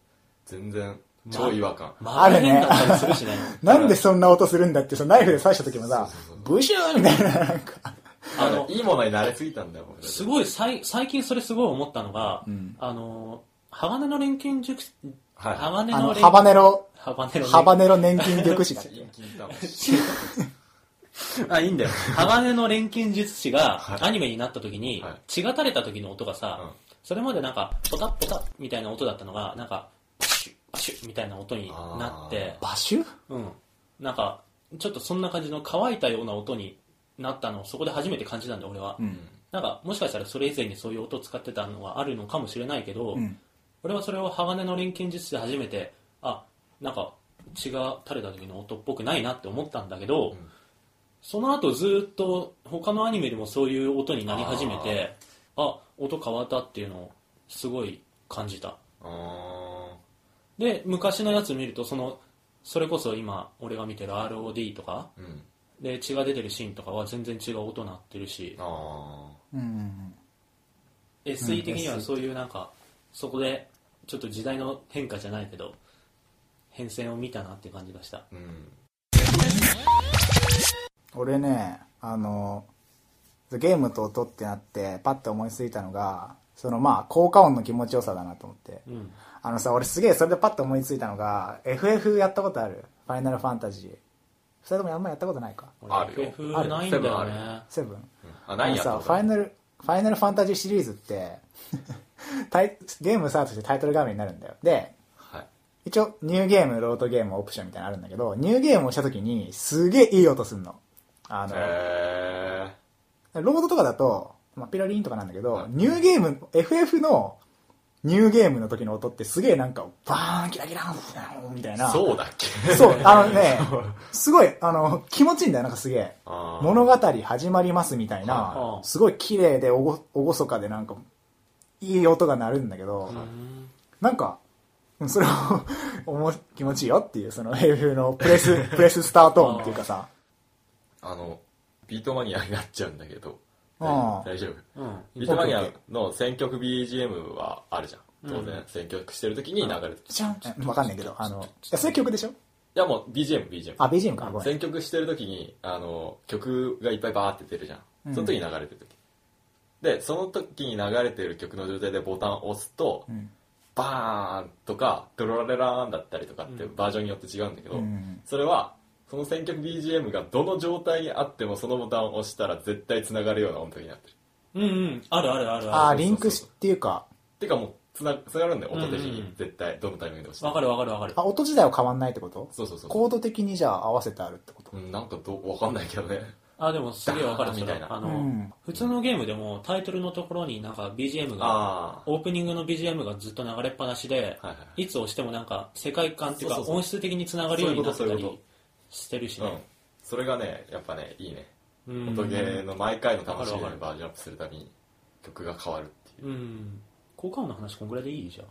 全然超違和感。まあ、あるね変だったりする しね。なんでそんな音するんだって、そのナイフで刺した時もさそうそう、ブシューみたいな、なんか。ああのの、いいものに慣れすぎたんだよ、僕すごい、さい最近それすごい思ったのが、んあの、鋼の錬金術、はい鋼あのの、錬ハバネロ、鋼の錬金ハバネロ年金玉子だっけい。金玉 あ、いいんだよ。鋼の錬金術師がはいアニメになった時にはい、血が垂れた時の音がさ、うんそれまでなんか、ポタッポタッみたいな音だったのが、なんか、パシュッ、パシュッみたいな音になって、バシュうん。なんか、ちょっとそんな感じの乾いたような音になったのをそこで初めて感じたんで、俺は。んなんか、もしかしたらそれ以前にそういう音を使ってたのはあるのかもしれないけど、ん俺はそれを鋼の錬金術師で初めて、あ、なんか、血が垂れた時の音っぽくないなって思ったんだけど、んその後ずっと他のアニメでもそういう音になり始めて、あ、音変わったっていうのをすごい感じた。あで、昔のやつ見ると、その、それこそ今、俺が見てる ROD とか、ー。うん。で、血が出てるシーンとかは全然違う音鳴ってるし、あうんうん。 SE 的にはそういうなんか、そこで、ちょっと時代の変化じゃないけど、変遷を見たなって感じがした。ー。うん。俺ねあのゲームと音ってなってパッて思いついたのがそのまあ効果音の気持ちよさだなと思ってうん。あのさ俺すげえそれでパッて思いついたのが FF やったことあるファイナルファンタジー二人ともあんまやったことないか俺あるよ FF あるないんだセブンよあるね。セブンあ、あ何のやったさこフとあァイるナルファイナルファンタジーシリーズって タイゲームスタートしてタイトル画面になるんだよではい。一応ニューゲームロードゲームオプションみたいなのあるんだけどニューゲームをした時にすげえいい音すんのあの、へロードとかだと、まあ、ピロリンとかなんだけどう、んニューゲーム、FF のニューゲームの時の音ってすげえなんか、バーン、キラキラーン、みたいー。な。そうだっけそう、あのね、すごい、あの、気持ちいいんだよ、なんかすげえ。あー物語始まりますみたいなは、いすごい綺麗でおご、おごそかでなんか、いい音が鳴るんだけど、うんなんか、うんそれを おも、気持ちいいよっていう、その FF のプレス、プレススタート音っていうかさ、 あの、ビートマニアになっちゃうんだけど、うん大大丈夫。うん。ビートマニアの選曲 BGM はあるじゃん。当然、選曲してる時に流れてる。いじゃんわかんないけど、あの、いや、そういう曲でしょやもう BGM、BGM。あ、BGM か、ごめん。選曲してる時に、あの、曲がいっぱいバーって出るじゃうんん。その時に流れてる時。で、その時に流れてる曲の状態でボタンを押すと、んバーンとか、ドロラレラーンだったりとかってバージョンによって違うんだけど、うんそれは、その選曲 BGM がどの状態にあってもそのボタンを押したら絶対繋がるような音楽になってる。うんうん。あるあるあるああー、リンクしっていうか、てかもうつなつながるんだよ音的うんうにん絶対どのタイミングで押る。してもわかるわかるわかる。あ、音自体は変わんないってことそうそうそうコード的にじゃあ合わせてあるってことうんなんかどうわかんないけどねあ、でもすげえわかるダーンそれみたいなあの、うん普通のゲームでもタイトルのところになんか BGM が、あオープニングの BGM がずっと流れっぱなしで、、はいはいつ押してもなんか世界観っていうかそうそうそう音質的につながるようになってたそういうこりしてるしあうんね。それがねやっぱねいいねうん音ゲーの毎回の楽しみわかるわバかるージョンアップするたびに曲が変わるっていううん。効果音の話こんぐらいでいいじ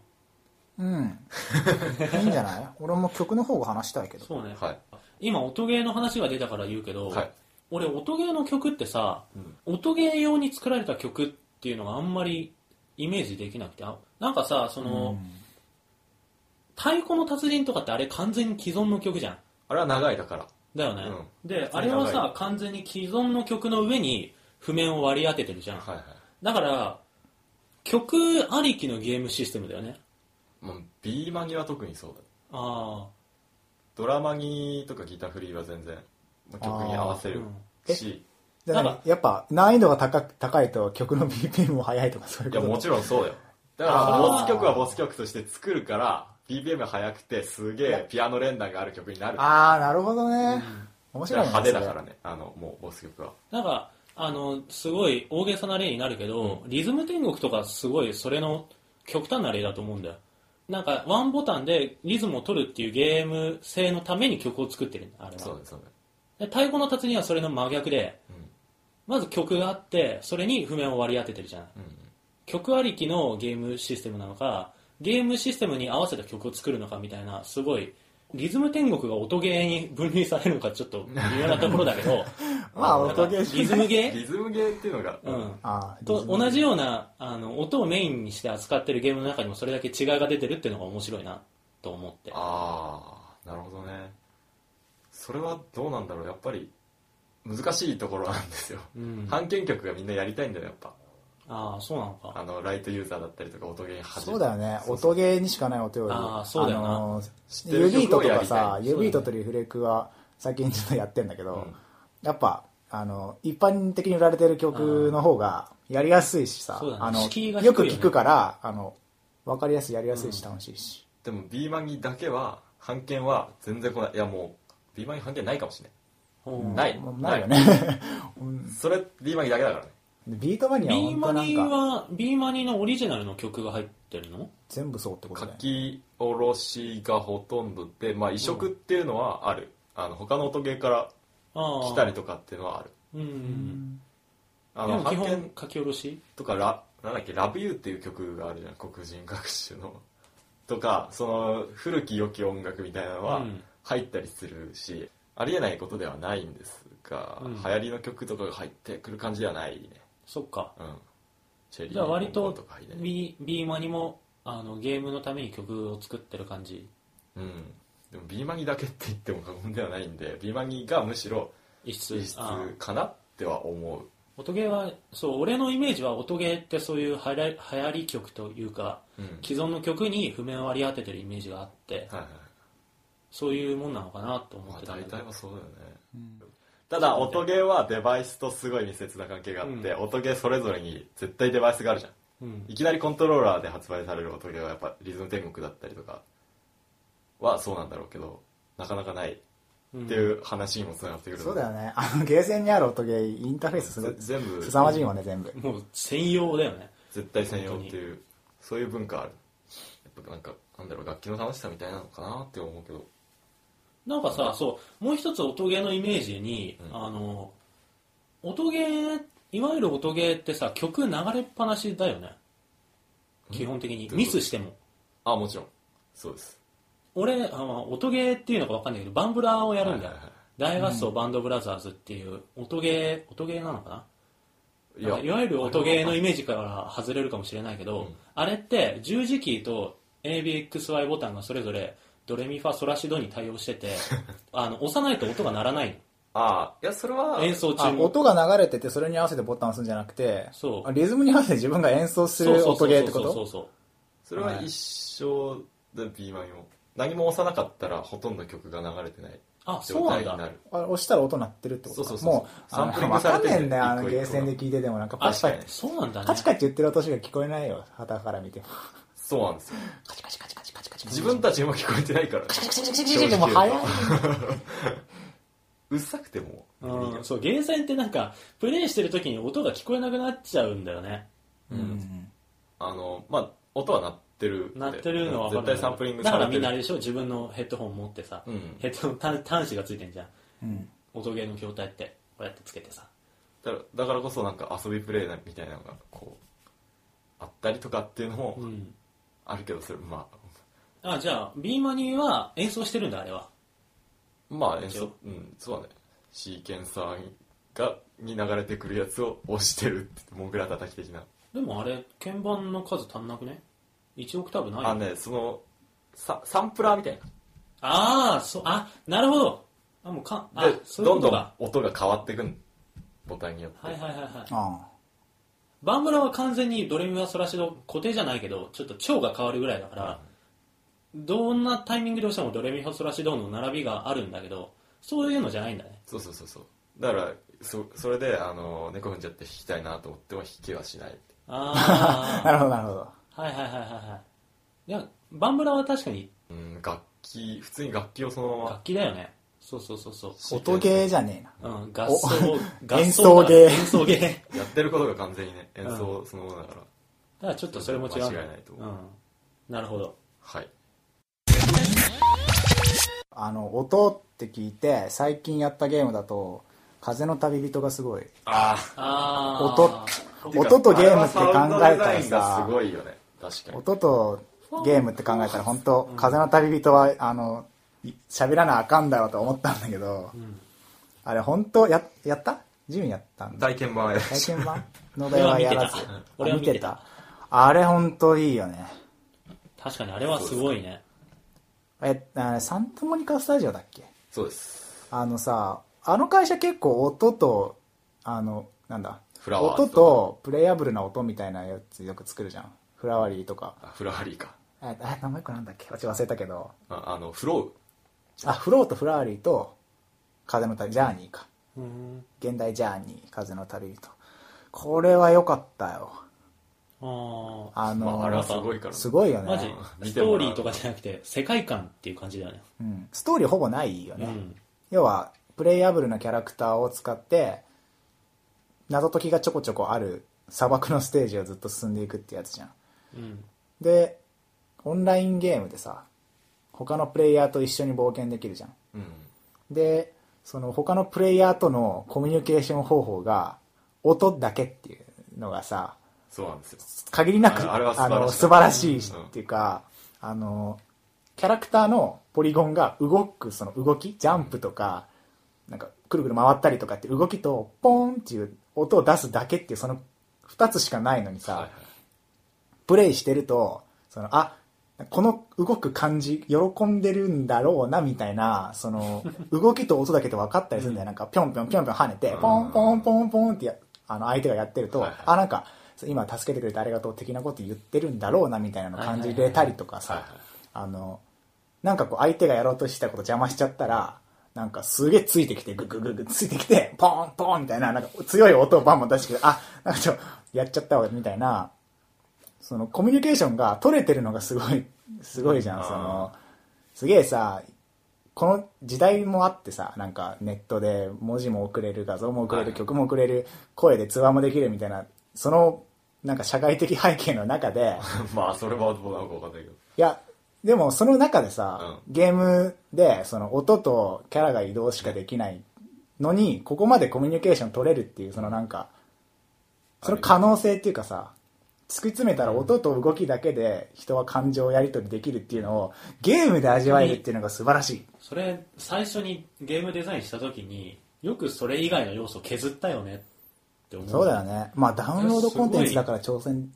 ゃん。うん。いいんじゃない俺も曲の方が話したいけど。そうね。はい今音ゲーの話が出たから言うけど、はい俺音ゲーの曲ってさ、音ゲー用に作られた曲っていうのがあんまりイメージできなくてあなんかさその、太鼓の達人とかってあれ完全に既存の曲じゃんあれは長いだからだよね、うであ通にれ長いはさ完全に既存の曲の上に譜面を割り当ててるじゃん、はいはいだから曲ありきのゲームシステムだよねもう B マギは特にそうだああドラマギとかギターフリーは全然まあ曲に合わせるあーうんえしじゃあ何やっぱ難易度が高く高いと曲の BPM も速いとかそういういこや、ともちろんそうよ。だから、ボス曲はボス曲として作るから、BPM が速くて、すげえピアノ連弾がある曲になる。ああなるほどね、面白いね派手だからね、あの、もう、ボス曲は。なんか、あの、すごい大げさな例になるけど、リズム天国とかすごいそれの極端な例だと思うんだよ。なんか、ワンボタンでリズムを取るっていうゲーム性のために曲を作ってるんだ、あれそうはね、。そうね。で太鼓の達人はそれの真逆で、んまず曲があって、それに譜面を割り当ててるじゃない。曲ありきのゲームシステムなのか、ゲームシステムに合わせた曲を作るのかみたいな、すごい、リズム天国が音ゲーに分類されるのかちょっと微妙なところだけど、まあなんか音ゲーリズムゲーリズムゲーっていうのが、うん、あーと同じようなあの音をメインにして扱ってるゲームの中にもそれだけ違いが出てるっていうのが面白いなと思ってああなるほどねそれはどうなんだろうやっぱり難しいところなんですよ、うん版権曲がみんなやりたいんだよやっぱああそうなのかあのライトユーザーだったりとか音ゲー派手そうだよねそうそう音ゲーにしかない音よりあーそうだよなの知ってユるビー曲トをとやかりたさいユビートとリフレクは最近ちょっとやってんだけど、うんやっぱあの一般的に売られてる曲の方がやりやすいしさそうだねあの敷居が低いよよねく聞くからあの分かりやすいやりやすいし楽しいし、でも B マギだけは版権は全然来ないいやもう B マギ版権ないかもしれうんないもうなないいよねないそれ B マギだけだからね ビートマニアは B 本当マなんニかは B マニのオリジナルの曲が入ってるの全部そうってこと書だよねき下ろしがほとんどでまあ移植っていうのはある、あの他の音ゲーからああ来たりとかっていうのはあるうんあでのも基版権本書き下ろしとかラ、なんだっけ、ラブユーっていう曲があるじゃん、黒人学習の。とか、その、古き良き音楽みたいなのうはん入ったりするし、ありえないことではないんですが、うん流行りの曲とかが入ってくる感じではないね。そっかうん。チェリーじゃあ割ボンボンとか入れない B, B マニもあのゲームのために曲を作ってる感じうん。でも B マギだけって言っても過言ではないんで、B マギがむしろ一室異質ああかなっては思う。音ゲーはそう俺のイメージは音ゲーってそういうはや流行り曲というかうん。既存の曲に譜面を割り当ててるイメージがあってはいはい。そういうもんなのかなと思っまあてたん大だけど体はそうだよね。うんただ音ゲーはデバイスとすごい密接な関係があって、う音ゲーそれぞれに絶対デバイスがあるじゃんうんいきなりコントローラーで発売される音ゲーはやっぱリズム天国だったりとかはそうなんだろうけどなかなかないっていう話にもつながってくるそうのでだよねあのゲーセンにある音ゲーインターフェースすごいぜ全部凄まじいもんね全部もう専用だよね絶対専用っていうそういう文化あるやっぱなんかなんだろう楽器の楽しさみたいなのかなって思うけどなんかさそうもう一つ音ゲーのイメージに、うんあの音ゲーいわゆる音ゲーってさ曲流れっぱなしだよね基本的にどういミうことスしてもあもちろんそうです俺あの音ゲーっていうのか分かんないけどバンブラーをやるんだよ、はいはいはい大合奏バンドブラザーズっていう音ゲー音ゲーなのかないなんかいわゆる音ゲーのイージメージから外れるかもしれないけど、うんあれって十字キーと ABXY ボタンがそれぞれドレミファソラシドに対応して てあの押さないと音が鳴らないああいやそれはの演奏中あも音が流れててそれに合わせてボタンを押すんじゃなくてそうリズムに合わせて自分が演奏する音ゲーってこそうとそうそれは一緒で B マイも何も押さなかったらほとんど曲が流れてないあそう状なん態にだなるあれ押したら音鳴ってるってことかそうそうそうもうあのサンプリングされてわるかんねえんだよあ一の個一個ゲーセンで聞いててもなんかあパチパチ確かそうなんだねカチカチ言ってる音しか聞こえないよ旗から見てもそうなんですよカチカチカチカチカチカチ自分たちも聞こえてないからねカチカチカチカチカチカチもう早いうっさくてもうん、そうゲーセンってなんかプレイしてる時に音が聞こえなくなっちゃうんだよねうんあのまあ音は鳴ってるんで鳴ってるのは分絶かる対サンプリングださかれらみてるんなあれでしょ自分のヘッドホン持ってさ、うんヘッドホン端端子がついてんじゃんうん音ゲーの筐体ってこうやってつけてさだからだからこそなんか遊びプレイみたいなのがこうあったりとかっていうのもうんあるけどそれまああじゃあ B マニーは演奏してるんだあれはまあ演奏うんそうだねシーケンサーがに流れてくるやつを押してるってモグラ叩き的なでもあれ鍵盤の数足んなくね1オクターブないあのねそのササンプラーみたいなああそうあなるほどあもうかあでそういうこどんどとんか音が変わってくんボタンによって、はいはいはいはいあバンブラは完全にドレミファソラシド固定じゃないけどちょっと腸が変わるぐらいだから、どんなタイミングで押してもドレミファソラシドの並びがあるんだけどそういうのじゃないんだねそうそうそうそうだからそそれであの猫踏んじゃって引きたいなと思っても引きはしないなあるほど、なるほど。 あ、はいはいはいはいはい。いや、バンブラは確かにうん楽器普通に楽器をそのまま楽器だよね。そうそうそうそう。音ゲーじゃねえな。うん、合奏、合演奏芸演奏芸。だやってることが完全にね演奏そのものだから、からちょっとそれも違う。間違いないと思ううん。なるほど。はいあの、音って聞いて、最近やったゲームだと、風の旅人がすごい。ああー音音とゲームって考えたらすさ、ごいよね確かに音とゲームって考えたら本当、風の旅人は、あの、い喋らなあかんだろうと思ったんだけど、んあれ本当、や、やったジムやったんだ。体験版や体験版の俺題はは見やてらたず。。 俺は見てあた。。あれ本当いいよね。確かにあれはすごいね。え、あサンタモニカスタジオだっけそうですあのさ、あの会社結構音と、あの、なんだ、フラワーズ音とプレイアブルな音みたいなやつよく作るじゃん。フラワリーとか。あフラワリーかあ、あ名前これなんだっけ私忘れたけど。ああのフロあ、フローとフラワリーと、風の旅、ジャーニーか。うん。現代ジャーニー、風の旅人。これは良かったよ。ああ。あウ、まの、あ、あれはすごいから、すごいよね。マジ見スてトもらーうリーとかじゃなくて、世界観っていう感じだよね。うん。ストーリーほぼないようね。ん。要はプレイアブルなキャラクターを使って謎解きがちょこちょこある砂漠のステージをずっと進んでいくってやつじゃんうん。でオンラインゲームでさ他のプレイヤーと一緒に冒険できるじゃんうん、でその他のプレイヤーとのコミュニケーション方法が音だけっていうのがさそうなんですよ限りなくああれは素晴らしいの素晴らしいしっていうか、あのキャラクターのポリゴンが動くその動きジャンプとかなんかくるくる回ったりとかって動きとポーンっていう音を出すだけっていうその2つしかないのにさ、はいはいプレイしてるとそのあこの動く感じ喜んでるんだろうなみたいなそ の動きと音だけで分かったりするんだよなんかぴょんぴょんぴょんぴょん跳ねてうんポンポンポンポンってやあの相手がやってると、はいはいあなんか今助けてくれてありがとう的なこと言ってるんだろうなみたいなの感じれたりとかはいさはいあのなんかこう相手がやろうとしてたこと邪魔しちゃったらなんかすげえついてきてググググついてきてポンポンみたいななんか強い音をバンバン出してきてあなんかちょやっちゃったわみたいなそのコミュニケーションが取れてるのがすごい、すごいじゃあん。ーその、すげえさ、この時代もあってさ、なんかネットで文字も送れる、画像も送れはる、い曲も送れる、声で通話もできるみたいな、その、なんか社会的背景の中 で、まあそれはどうなのかわかんないけどいや、でもその中でさ、ゲームでその音とキャラが移動しかできないのに、ここまでコミュニケーション取れるっていう、そのなんか、その可能性っていうかさ、突き詰めたら音と動きだけで人は感情をやり取りできるっていうのをゲームで味わえるっていうのが素晴らしい。それ、最初にゲームデザインした時に、よくそれ以外の要素を削ったよねって思う。そうだよね。まあダウンロードコンテンツだから挑戦、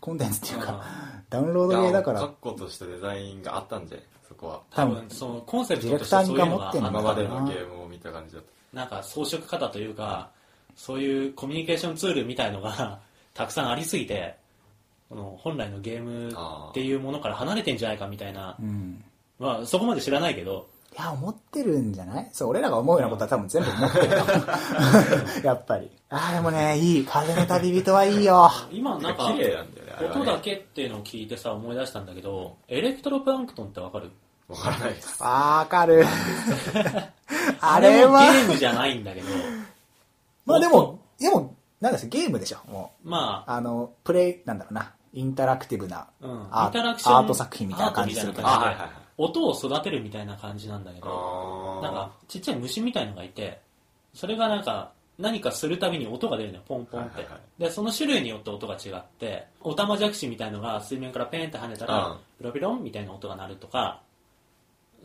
コンテンツっていうか、あダウンロード系だから確固としたデザインがあったんじゃないそこはー多分、そのコンセプトとしてデそうィレクターいがうの持ってんがだあっ今たまでのゲームを見た感じだとなんか装飾方というか、そういうコミュニケーションツールみたいのが たくさんありすぎて、この本来のゲームっていうものから離れてんじゃないかみたいなう、ん。まあそこまで知らないけど、いや、思ってるんじゃないそう、俺らが思うようなことは多分全部思ってる と思うやっぱり。ああ、でもね、いい。風の旅人はいいよ。今なんか綺、麗なんだよねあれはね音だけっていうのを聞いてさ、思い出したんだけど、エレクトロプランクトンってわかるわからないですわかる。あれもゲーは、ムじゃないん だけど、まあでも、でも、なんですゲームでしょ。もう、まあ、あの、プレイ、なんだろうな。インタラクティブなうん、インアター,、ラクションアート作品みたいな感じするけど。アー あトあみたいなはいはいは感い音を育てるみたいな感じなんだけど、あなんかちっちゃい虫みたいのがいてそれがなんか何かするたびに音が出るのよポンポンって、はいはいはでその種類によって音が違ってオタマジャクシみたいのが水面からペンって跳ねたら、うんピロピロンみたいな音が鳴るとか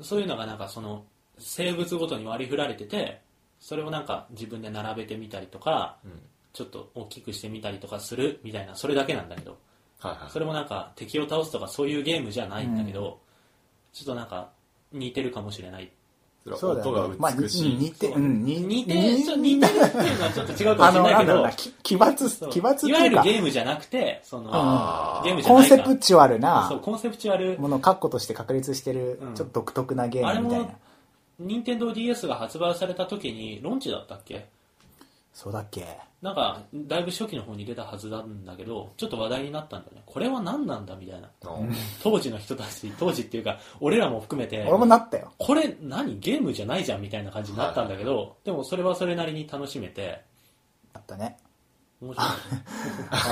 そういうのがなんかその生物ごとに割り振られててそれをなんか自分で並べてみたりとかうんちょっと大きくしてみたりとかするみたいなそれだけなんだけどはいはいそれもなんか敵を倒すとかそういうゲームじゃないんだけど、ちょっとなんか似てるかもしれないそれは音が美しまあ、に似いて、うん、に似てにちょ似てるっていうのはちょっと違うかあもの、しれなないんけだろうどな、き奇抜、そう奇抜っていわいゆうるかゲ、ームじゃなくてそのあーゲームじゃコンないかセプチュアルな、そうコンセプチュアルものを確固として確立してる、うんちょっと独特なゲあーれムみたいなも任天堂 d s が発売された時にロンチだったっけそうだっけなんかだいぶ初期の方に出たはずなんだけどちょっと話題になったんだよねこれは何なんだみたいな当時の人たち当時っていうか俺らも含めて俺もなったよ。これ何ゲームじゃないじゃんみたいな感じになったんだけど、でもそれはそれなりに楽しめてあったね。面白い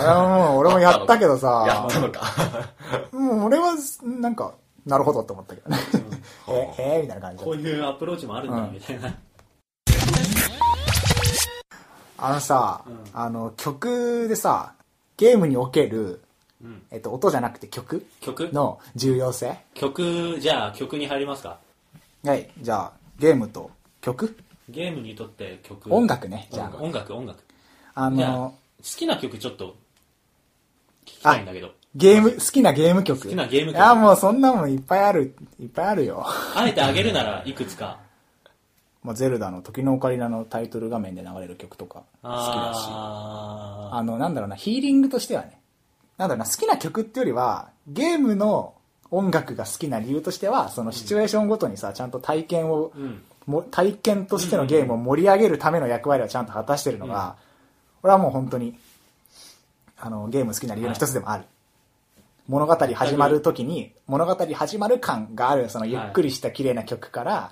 俺も、俺もやったけどやさっ、たのか。もう俺は、なんか、なるほどって思ったけどね。へほう え、へえ、みたいな感じこで。ういうアプローチもあるんだみたいな、あのさうん、あの、曲でさ、ゲームにおける、うんえっと、音じゃなくて曲曲の重要性曲じゃあ曲に入りますかはい、じゃあ、ゲームと曲ゲームにとって曲音楽ね、じゃ音楽音楽音楽あ。あじゃあ好の、きな曲ちょっと聞きたいんだけどゲーム、好きなゲーム曲。好きなゲーム曲いや、もうそんなもんいっぱいある、いっぱいあるよ。あえてあげるならいく つかもうゼルダの時のオカリナのタイトル画面で流れる曲とか。ああの、なんだろうな、ヒーリングとしてはね。なんだろうな、好きな曲ってよりは、ゲームの音楽が好きな理由としては、そのシチュエーションごとにさ、ちゃんと体験を、ーうんも体験としてのゲームを盛り上げるための役割をちゃんと果たしてるのが、俺はもう本当に、あの、ゲーム好きな理由の一つでもある。物語始まる時に、物語始まる感がある、そのゆっくりした綺麗な曲から、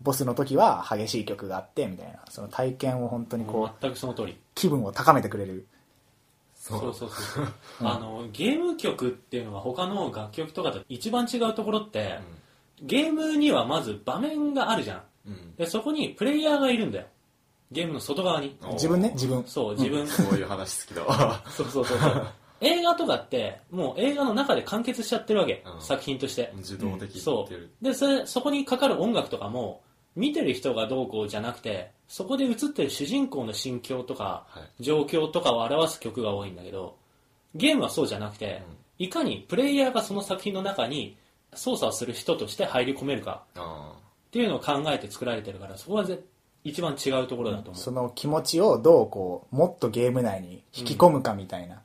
ボスの時は激しい曲があって、みたいな、その体験を本当にもこうう、全くその通り気分を高めてくれる。そうそうそうあのゲーム曲っていうのは他の楽曲とかと一番違うところって、ゲームにはまず場面があるじゃんうんでそこにプレイヤーがいるんだよゲームの外側におー自分ね、自分。そう自分、こういう話好きだわ。そうそうそうそう映画とかってもう映画の中で完結しちゃってるわけ、うん作品として自動的に言っそてる。うでそれそこにかかる音楽とかも見てる人がどうこうじゃなくてそこで映ってる主人公の心境とか、はい状況とかを表す曲が多いんだけどゲームはそうじゃなくて、いかにプレイヤーがその作品の中に操作をする人として入り込めるかあっていうのを考えて作られてるからそこはぜ一番違うところだと思う、その気持ちをどうこう、もっとゲーム内に引き込むかみたいな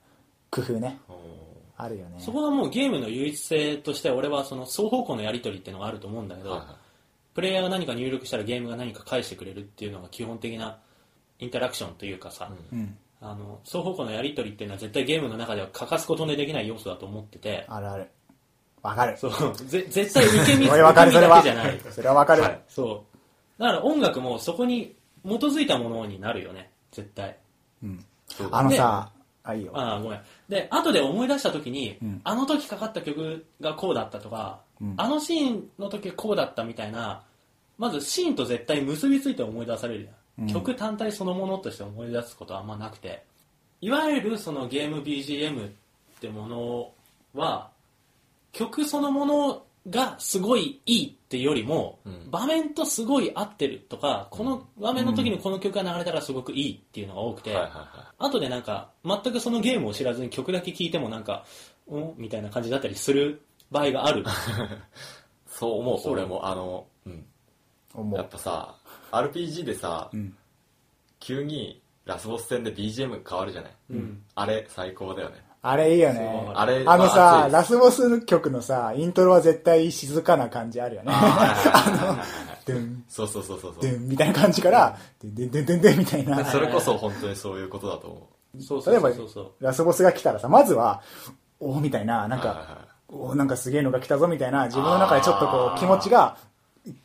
工夫ね。ーおあるよね。そこはもうゲームの唯一性として俺はその双方向のやり取りっていうのがあると思うんだけーど、はいはプレイヤーが何か入力したらゲームが何か返してくれるっていうのが基本的なインタラクションというかさ、うん。あの双方向のやり取りっていうのは絶対ゲームの中では欠かすことのできない要素だと思っててあるある。わかる。そうぜ絶対受け身受け身俺わかる、それだけはじゃない。それはわかる。そうだから音楽もそこに基づいたものになるよね絶対うんそう。だあのさ、あ、いいよ。ああごめんで後で思い出した時に、うんあの時かかった曲がこうだったとか、うんあのシーンの時こうだったみたいなまずシーンと絶対結びついて思い出されるじゃん、うん曲単体そのものとして思い出すことはあんまなくていわゆるそのゲーム BGM ってものは曲そのものがすごいいいってよりも、うん場面とすごい合ってるとかこの場面の時にこの曲が流れたらすごくいいっていうのが多くて、いはいは後でなんか全くそのゲームを知らずに曲だけ聴いてもなんか「ん?」みたいな感じだったりする場合があるい。そう思そうう、俺も、あの、うん思やうっ。ぱさ、RPG でさう、ん。急にラスボス戦で BGM 変わるじゃないんあれ、最高だよね。あれいいよそねう。あれ、あのまさ、ラスボス曲のさ、イントロは絶対静かな感じあるよね。熱いドゥン、そうそうそうそうそドう。ゥンみたいな感じから、ドゥンドゥンドゥンドゥンドゥンみたいな。それこそ本当にそういうことだと思そうそ例えうばそうそう、ラスボスが来たらさ、まずは、おーみたいな、なんはいはいかは、おーなんかすげえのが来たぞみたいな、自分の中でちょっとこう、気持ちが、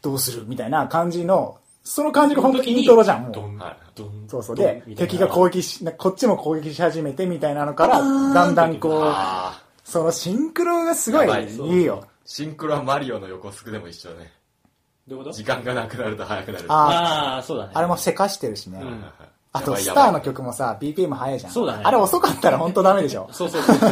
どうするみたいな感じの、その感じが本当にイントロじゃん、もドう。ンはいドンそうそう。ドンでみ、たいな敵が攻撃し、こっちも攻撃し始めてみたいなのから、だんだんう。こう、ああ。そのシンクロがすごやばい、いいいよ。シンクロはマリオの横スクでも一緒だね。どういうこと時間がなくなると早くなる。あああーそうだねあれもせかしてるしね。はいはいはいあと、やばいスやタばいーの曲もさ、BPM 早いじゃん。そうだねあれ遅かったら本当ダメでし ょ。そうそうそうそう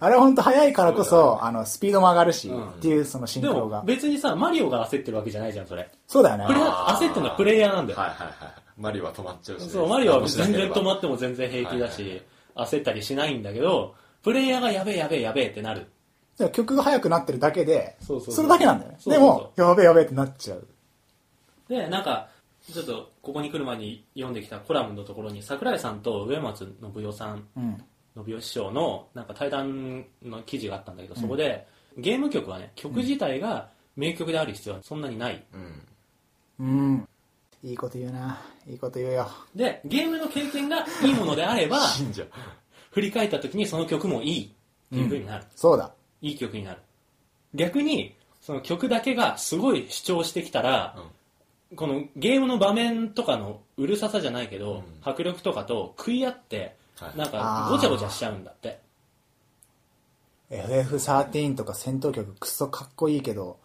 あれ本当早いからこそうだそ、あの、スピードも上がるし、うんっていうそのシンクでロもが。別にさマリオが焦ってるわけじゃないじゃんそれそうだよねこ。れあー焦ってるのはプレイヤーなんだよ、はいはいはい。マリオは止まっちゃうしね、そうマリオは全然止まっっても全然平気だはいはし、焦ったりしないんだけどプレイヤーがやべえやべえやべえってなるでも曲が速くなってるだけで、そうそうそうれだけなんだよね。そうでそうそうも、やべえやべえってなっちゃう。でなんかちょっとここに来る前に読んできたコラムのところに桜井さんと上松信代さんうん。信代師匠のなんか対談の記事があったんだけどそこで、ゲーム曲はね曲自体が名曲である必要はそんなにない、うん。うん。いいこと言うな。いいこと言うよ。で、ゲームの経験がいいものであれば、信者。振り返った時にその曲もいいっていう風になる。そうだ。いい曲になる。逆に、その曲だけがすごい主張してきたら、このゲームの場面とかのうるささじゃないけど、うん迫力とかと食い合って、はいなんかごちゃごちゃしちゃうんだって。 FF13 とか戦闘曲クソかっこいいけど、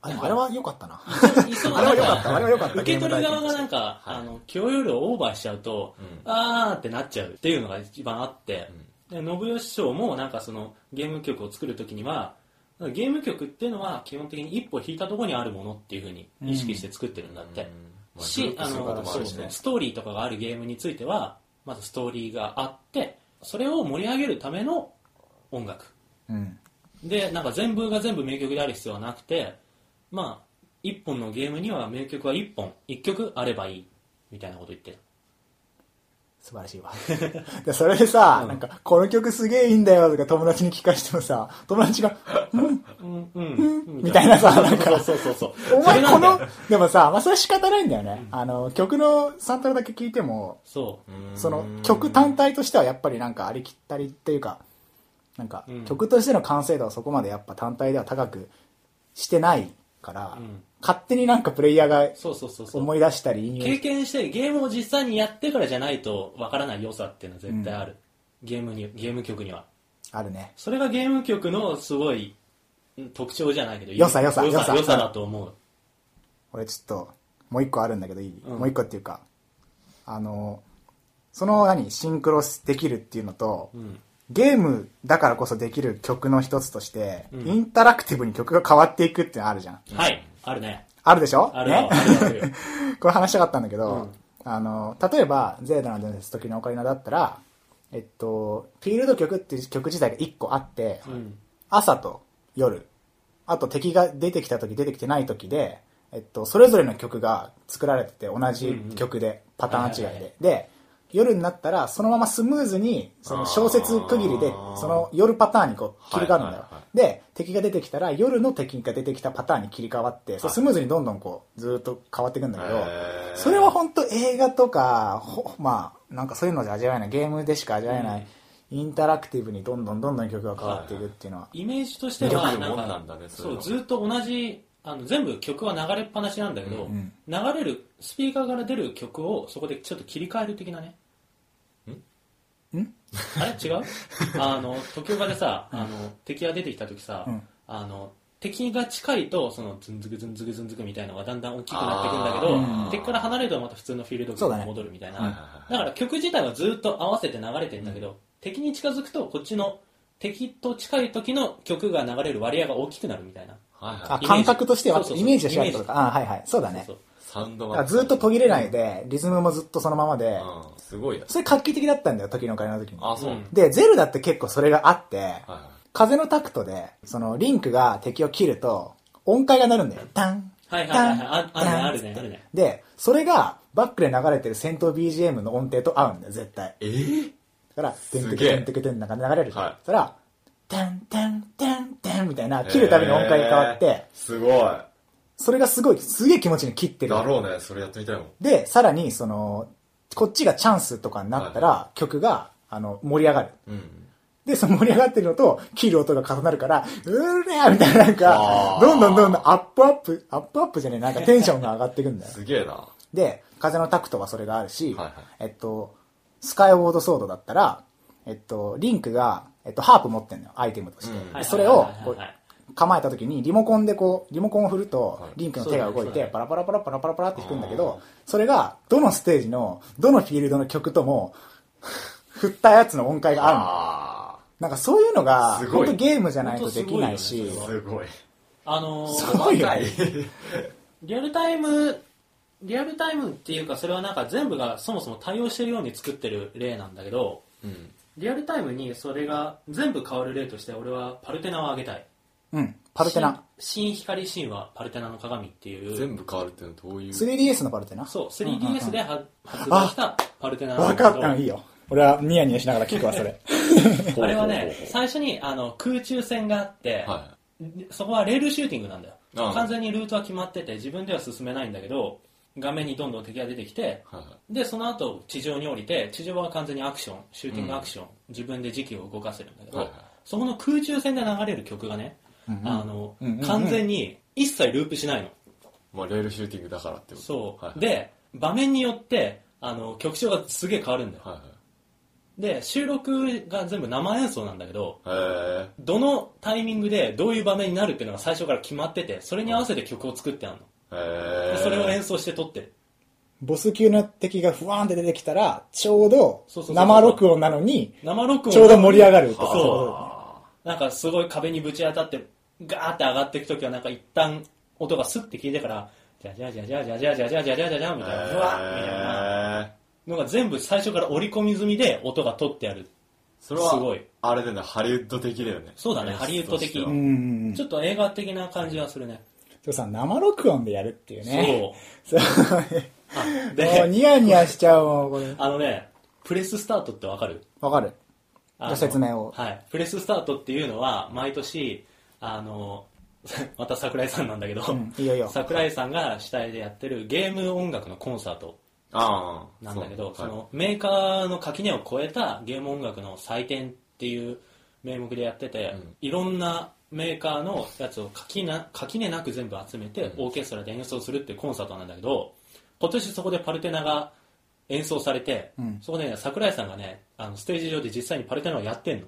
あ、でもあれは良かった な。い そうあれは良なかんった、あれは良かった。受け取る側がなんか。か、はいあの許容量をオーバーしちゃうと、うあーってなっちゃうっていうのが一番あって、で信義師匠もなんかそのゲーム曲を作る時にはゲーム曲っていうのは基本的に一歩引いたところにあるものっていうふうに意識して作ってるんだって、うんし、まああグループすることのもあそうるそしうねストーリーとかがあるゲームについてはまずストーリーがあってそれを盛り上げるための音楽うん。でなんか全部が全部名曲である必要はなくてまあ一本のゲームには名曲は一本一曲あればいいみたいなこと言ってる素晴らしいわ。でそれでさ、なんか、この曲すげえいいんだよとか友達に聞かしてもさ、友達 が、うんうんみたいなさ、なんか、そうそうそうおそ前れなこんだよの、でもさ、まあそれは仕方ないんだよね。あの、曲のサントラだけ聞いても、そその曲単体としてはやっぱりなんかありきったりっていうか、なんかうん曲としての完成度はそこまでやっぱ単体では高くしてないから、うん勝手になんかプレイヤーがうそうそうそうそう思い出したり引用経験してゲームを実際にやってからじゃないとわからない良さっていうのは絶対ある、ゲームにゲーム曲にはあるね。それがゲーム曲のすごいうん特徴じゃないけど良さ良さ良良ささ良さだと思う俺ちょっと、もう一個あるんだけどいい、うんもう一個っていうか、あの、その何、シンクロできるっていうのと、うんゲームだからこそできる曲の一つとして、うんインタラクティブに曲が変わっていくっていうのあるじゃん。はいあるねあるでしょあるねよ、あるよあるよ これ話したかったんだけど、うんあの、例えば、ゼーダの伝説時のオカリナだったら、えっと、フィールド曲っていう曲自体が1個あって、うん朝と夜、あと敵が出てきた時出てきてない時で、えっと、それぞれの曲が作られてて、同じ曲で、パターン違いはいはいはで。で、夜になったら、そのままスムーズに、その小節区切りで、あーその夜パターンにこう、切り替わるんだよはいはいはい。で、敵が出てきたら、夜の敵が出てきたパターンに切り替わって、そうスムーズにどんどんこう、ずーっと変わっていくんだけど、へーそれは本当映画とか、ほまあ、なんかそういうのじゃ味わえない、ゲームでしか味わえない、インタラクティブにどんどんどんどん曲が変わっていくっていうのは、イメージとしては見れなるんもかんなんだねそそれうはずっと同じあの全部曲は流れっぱなしなんだけど、ん流れるスピーカーから出る曲をそこでちょっと切り替える的なねんあ れ違うあの時岡でさあの敵が出てきた時さ、うんあの敵が近いとそのズンズクズンズクズンズクみたいなのがだんだん大きくなってくんだけど、あー敵から離れるとまた普通のフィールド曲に戻るみたいなそうだね だから曲自体はずっと合わせて流れてんだけど、敵に近づくとこっちの敵と近い時の曲が流れる割合が大きくなるみたいな、はいはいあ、イメージ感覚としてはそう、そうそうイメージとしてはってことか。あ、はいはい。そうだね。そうサウンドだからがずっと途切れないで、リズムもずっとそのままで、うんすごいやつそれ画期的だったんだよ、時の鐘の時に。あそううはんで、ゼルダって結構それがあって、いは風のタクトで、その、リンクが敵を切ると、音階が鳴るんだよ。ダンはいはいはいはいダンああるねダンあるねあるねで、それが、バックで流れてる戦闘 BGM の音程と合うんだよ、絶対。いえーだから、てんてすけげえてんてけてんなんか流れるじゃん。はいそしたら、てんてんてんてんみたいな、切るたびに音階が変わって、へーすごいそれがすごい、すげえ気持ちに切ってる。だろうねそれやってみたいもんで、さらに、その、こっちがチャンスとかになったら、曲が、あの、盛り上がる。うんで、その盛り上がってるのと、切る音が重なるから、うーれーみたいな、なんかあ、ーどんどんどんどんアップアップ、アップアップじゃねえ、なんかテンションが上がってくんだ よ。すげえなで、風のタクトはそれがあるし、はいはいえっと、スカイウォードソードだったら、えっと、リンクが、えっと、ハープ持ってんのよ、アイテムとして。うんではいそれをはいはい、こうはいはい構えた時にリモコンでこうリモコンを振るとはいリンクの手が動いそうだてねパラパラパラパラパラパラって弾くんだけあーどそれがどのステージのどのフィールドの曲とも 振ったやつの音階が合うのあなんかそういうのがすご本い当ゲームじゃないとできない本し当ーすごいあのーすごいよねリアルタイムリアルタイムっていうかそれはなんか全部がそもそも対応してるように作ってる例なんだけどうんリアルタイムにそれが全部変わる例として俺はパルテナを挙げたいうんパルテナ新新光神話パルテナの鏡っていう全部変わるっていうのはどういう 3DS のパルテナそううんうんうん 3DS では発売したパルテナなんわだけかどったいいよ俺はニヤニヤしながら聞くわそ れあれはねほうほうほうほう最初にあの空中戦があって、はそこはレールシューティングなんだよああ完全にルートは決まってて自分では進めないんだけど画面にどんどん敵が出てきて、はいはいで、その後地上に降りて、地上は完全にアクション、シューティングアクション、自分で時期を動かせるんだけど、はいはいそこの空中戦で流れる曲がね、あの、うんうんうん完全に一切ループしないの。まあ、レールシューティングだからってことそう。はいはい、で、場面によって、あの、曲調がすげえ変わるんだよ。はいで、収録が全部生演奏なんだけど、はい、へえどのタイミングでどういう場面になるっていうのが最初から決まってて、それに合わせて曲を作ってあるの。へでえそれを演奏して撮ってる。ボス級の敵がふわーんって出てきたら、ちょうどそうそうそう生録音なのに、生録音ちょうど盛り上がるってことそう。なんかすごい壁にぶち当たって、ガーって上がっていくときは、なんか一旦音がスッて聞いてから、じゃじゃじゃじゃじゃじゃじゃじゃじゃじゃじゃじゃみたいな、ふわっみたいなへえのが全部最初から織り込み済みで音が取ってある。それはすごいあれだよねハリウッド的だよねそうだねハリウッド的演出としてはうんうんうん。ちょっと映画的な感じはするね。そうさ、生録音でやるっていうね。そう。そう。もうで、ニヤニヤしちゃうもん、これ。あのね、プレススタートってわかるわかるじあゃのあ説明をはい。プレススタートっていうのは、毎年、あの、 また桜井さんなんだけど、うんいいよいいよ桜井さんが主体でやってるゲーム音楽のコンサートああなんだけど、そはいのメーカーの垣根を超えたゲーム音楽の祭典っていう名目でやってて、うんいろんなメーカーのやつを垣な垣根なく全部集めて、オーケストラで演奏するっていうコンサートなんだけど、今年そこでパルテナが演奏されて、うんそこでね、桜井さんがね、あのステージ上で実際にパルテナをやってんの。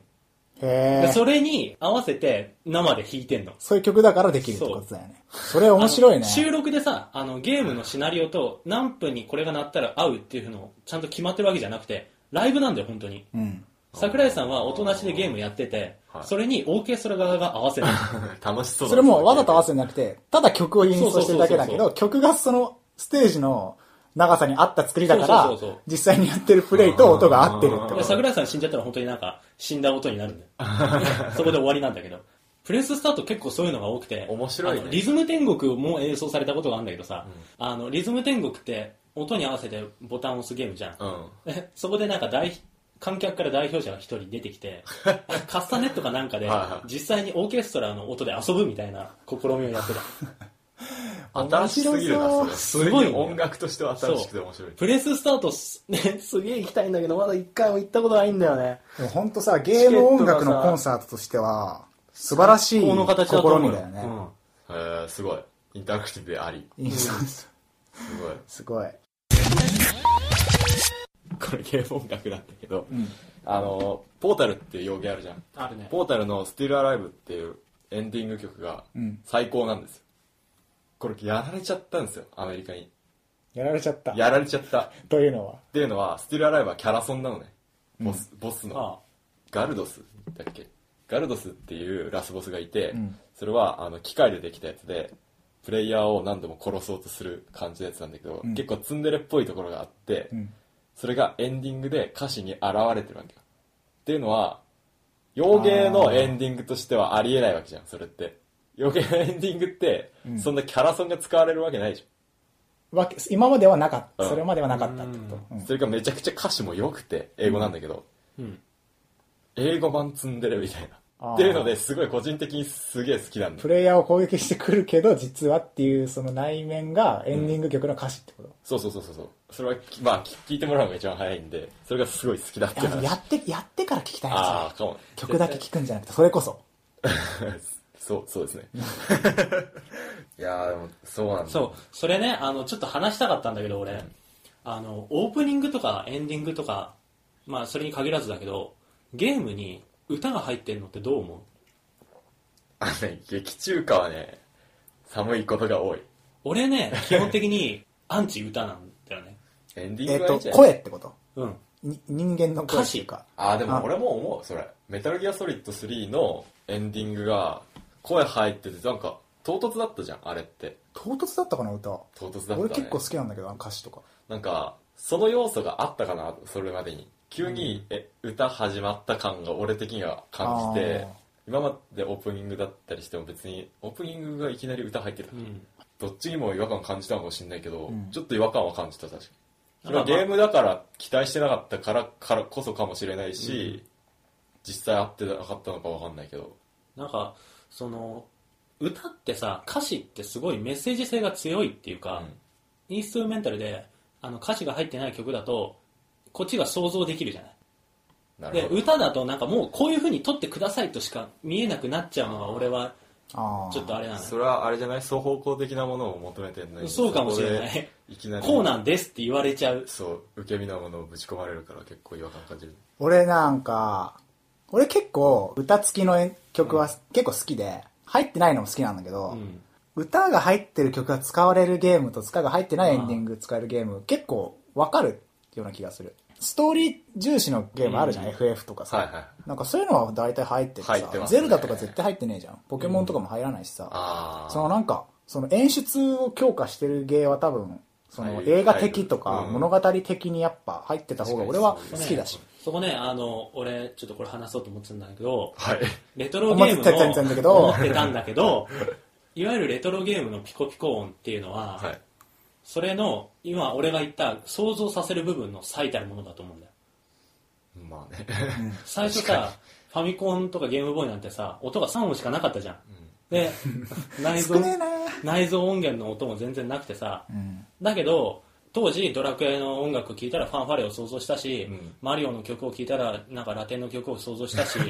へでえ。それに合わせて生で弾いてんの。そういう曲だからできるってことだよね。それ面白いあねの。収録でさあのゲームのシナリオと何分にこれが鳴ったら合うっていうのをちゃんと決まってるわけじゃなくてライブなんだよ本当にうん。桜井さんは音なしでゲームやってて、はいそれにオーケストラ側が合わせる楽しそうだそれもわざと合わせてるんじゃなくて、ただ曲を演奏してるだけだけど、曲がそのステージの長さに合った作りだかそうそうそうらそう、実際にやってるプレイと音が合ってるってでこ桜井さん死んじゃったら本当になんか死んだ音になるんだ よそこで終わりなんだけどプレススタート結構そういうのが多くて面白いねあのリズム天国も演奏されたことがあるんだけどさ、あのリズム天国って音に合わせてボタンを押すゲームじゃんうんえ そこでなんか代観客から代表者が一人出てき てカスタネットかなんかではいはい実際にオーケストラの音で遊ぶみたいな 試みをやってた新しすぎるなそれすごいね普通に音楽としては新しくて面白いプレススタートす, 、ね、すげえ行きたいんだけどまだ一回も行ったことないんだよねと。ほんとさ、ゲーム音楽のコンサートとしては、素晴らしい試この形だと思うみだよね。へえすごいインタラクティブでありいいそうですすごいすごい。これゲーム音楽なんだけど、あのポータルっていう要件あるじゃんあるねポータルの「Still Alive」っていうエンディング曲がん最高なんですよ、これやられちゃったんですよアメリカにやられちゃった。やられちゃったっというのは。ていうのは「Still Alive」はキャラソンなのねボス,、ボスのあガルドスだっけガルドスっていうラスボスがいて、んそれはあの機械でできたやつでプレイヤーを何度も殺そうとする感じのやつなんだけど、ん結構ツンデレっぽいところがあって、んそれがエンディングで歌詞に現れてるわけよっていうのは洋芸のエンディングとしてはありえないわけじゃんそれって洋芸のエンディングって、そんなキャラソンが使われるわけないじわけ今まではなかっうた。んそれまではなかったってこと。ゃん、それがめちゃくちゃ歌詞も良くて英語なんだけど、うん英語版ツンデレみたいあな。ーっていうのですごい個人的にすげえ好きなんだプ。レイヤーを攻撃してくるけど、実はっていうその内面がエンディング曲の歌詞ってこと。そうそうそうそうそう。それはき、まあ、き聞いてもらうのが一番早いんで、それがすごい好きだっていうやっぱや話。って、やってから聞きたいあやあ、かも。つ。曲だけ聞くんじゃなくて、それこそ。そう、そうですね。 いやー、でも、そうなんだ。そうそれねあのちょっと話したかったんだけど俺、あのオープニングとかエンディングとかまあそれに限らずだけどゲームに歌が入ってるのってどう思うあのね、劇中歌はね、寒いことが多い。俺ね基本的にアンチ歌なんだ よねエンディえンっグがといいじゃ、ん。声ってことうんに人間の声っていうか。ああ、でも俺も思う、それ。メタルギアソリッド3のエンディングが、声入ってて、なんか、唐突だったじゃん、あれって。唐突だったかな、歌。唐突だった、ね。俺結構好きなんだけど、あの歌詞とか。なんか、その要素があったかな、それまでに。急に、え、歌始まった感が俺的には感じあてー、今までオープニングだったりしても別に、オープニングがいきなり歌入ってた。うんどっちにも違和感感じたのかもしれないけど、んちょっと違和感は感じた、確かに。それまあはゲームだから期待してなかったからからこそかもしれないし、実際合ってなかったのかわかんないけど。なんかその歌ってさ歌詞ってすごいメッセージ性が強いっていうか、インストゥルメンタルであの歌詞が入ってない曲だとこっちが想像できるじゃないなるでほど。歌だとなんかもうこういう風に撮ってくださいとしか見えなくなっちゃうのが俺はああ。ちょっとあれなのそよれはあれじゃない双方向的なものを求めてるのに。そうかもしれないそこでいきなり。こうなんですって言われちゃうそう、受け身なものをぶち込まれるから結構違和感感じる。俺なんか、俺結構歌付きの曲は結構好きで、入ってないのも好きなんだけど、うん歌が入ってる曲が使われるゲームと歌が入ってないエンディング使えるゲーム、結構わかるような気がする。ストーリー重視のゲームあるじゃん、うん FF とかさ、はいはいなんかそういうのは大体入っててさ入ってますねゼルダとか絶対入ってねえじゃん。ポケモンとかも入らないしさ。ああ。そのなんか、その演出を強化してるゲーは多分、そのはい映画的とかはいうん物語的にやっぱ入ってた方が俺は好きだし。そこねあの俺ちょっとこれ話そうと思ってたんだけど はい。レトロゲー思ムのってたんだけど思ってたんだけどいわゆるレトロゲームのピコピコ音っていうのは、はい。それの今俺が言った想像させる部分の最たるものだと思うんだよまあね。最初さファミコンとかゲームボーイなんてさ音が3音しかなかったじゃん、で内少蔵ねえな内蔵音源の音も全然なくてさ、んだけど当時ドラクエの音楽聴いたらファンファレを想像したし、うんマリオの曲を聴いたらなんかラテンの曲を想像したしっは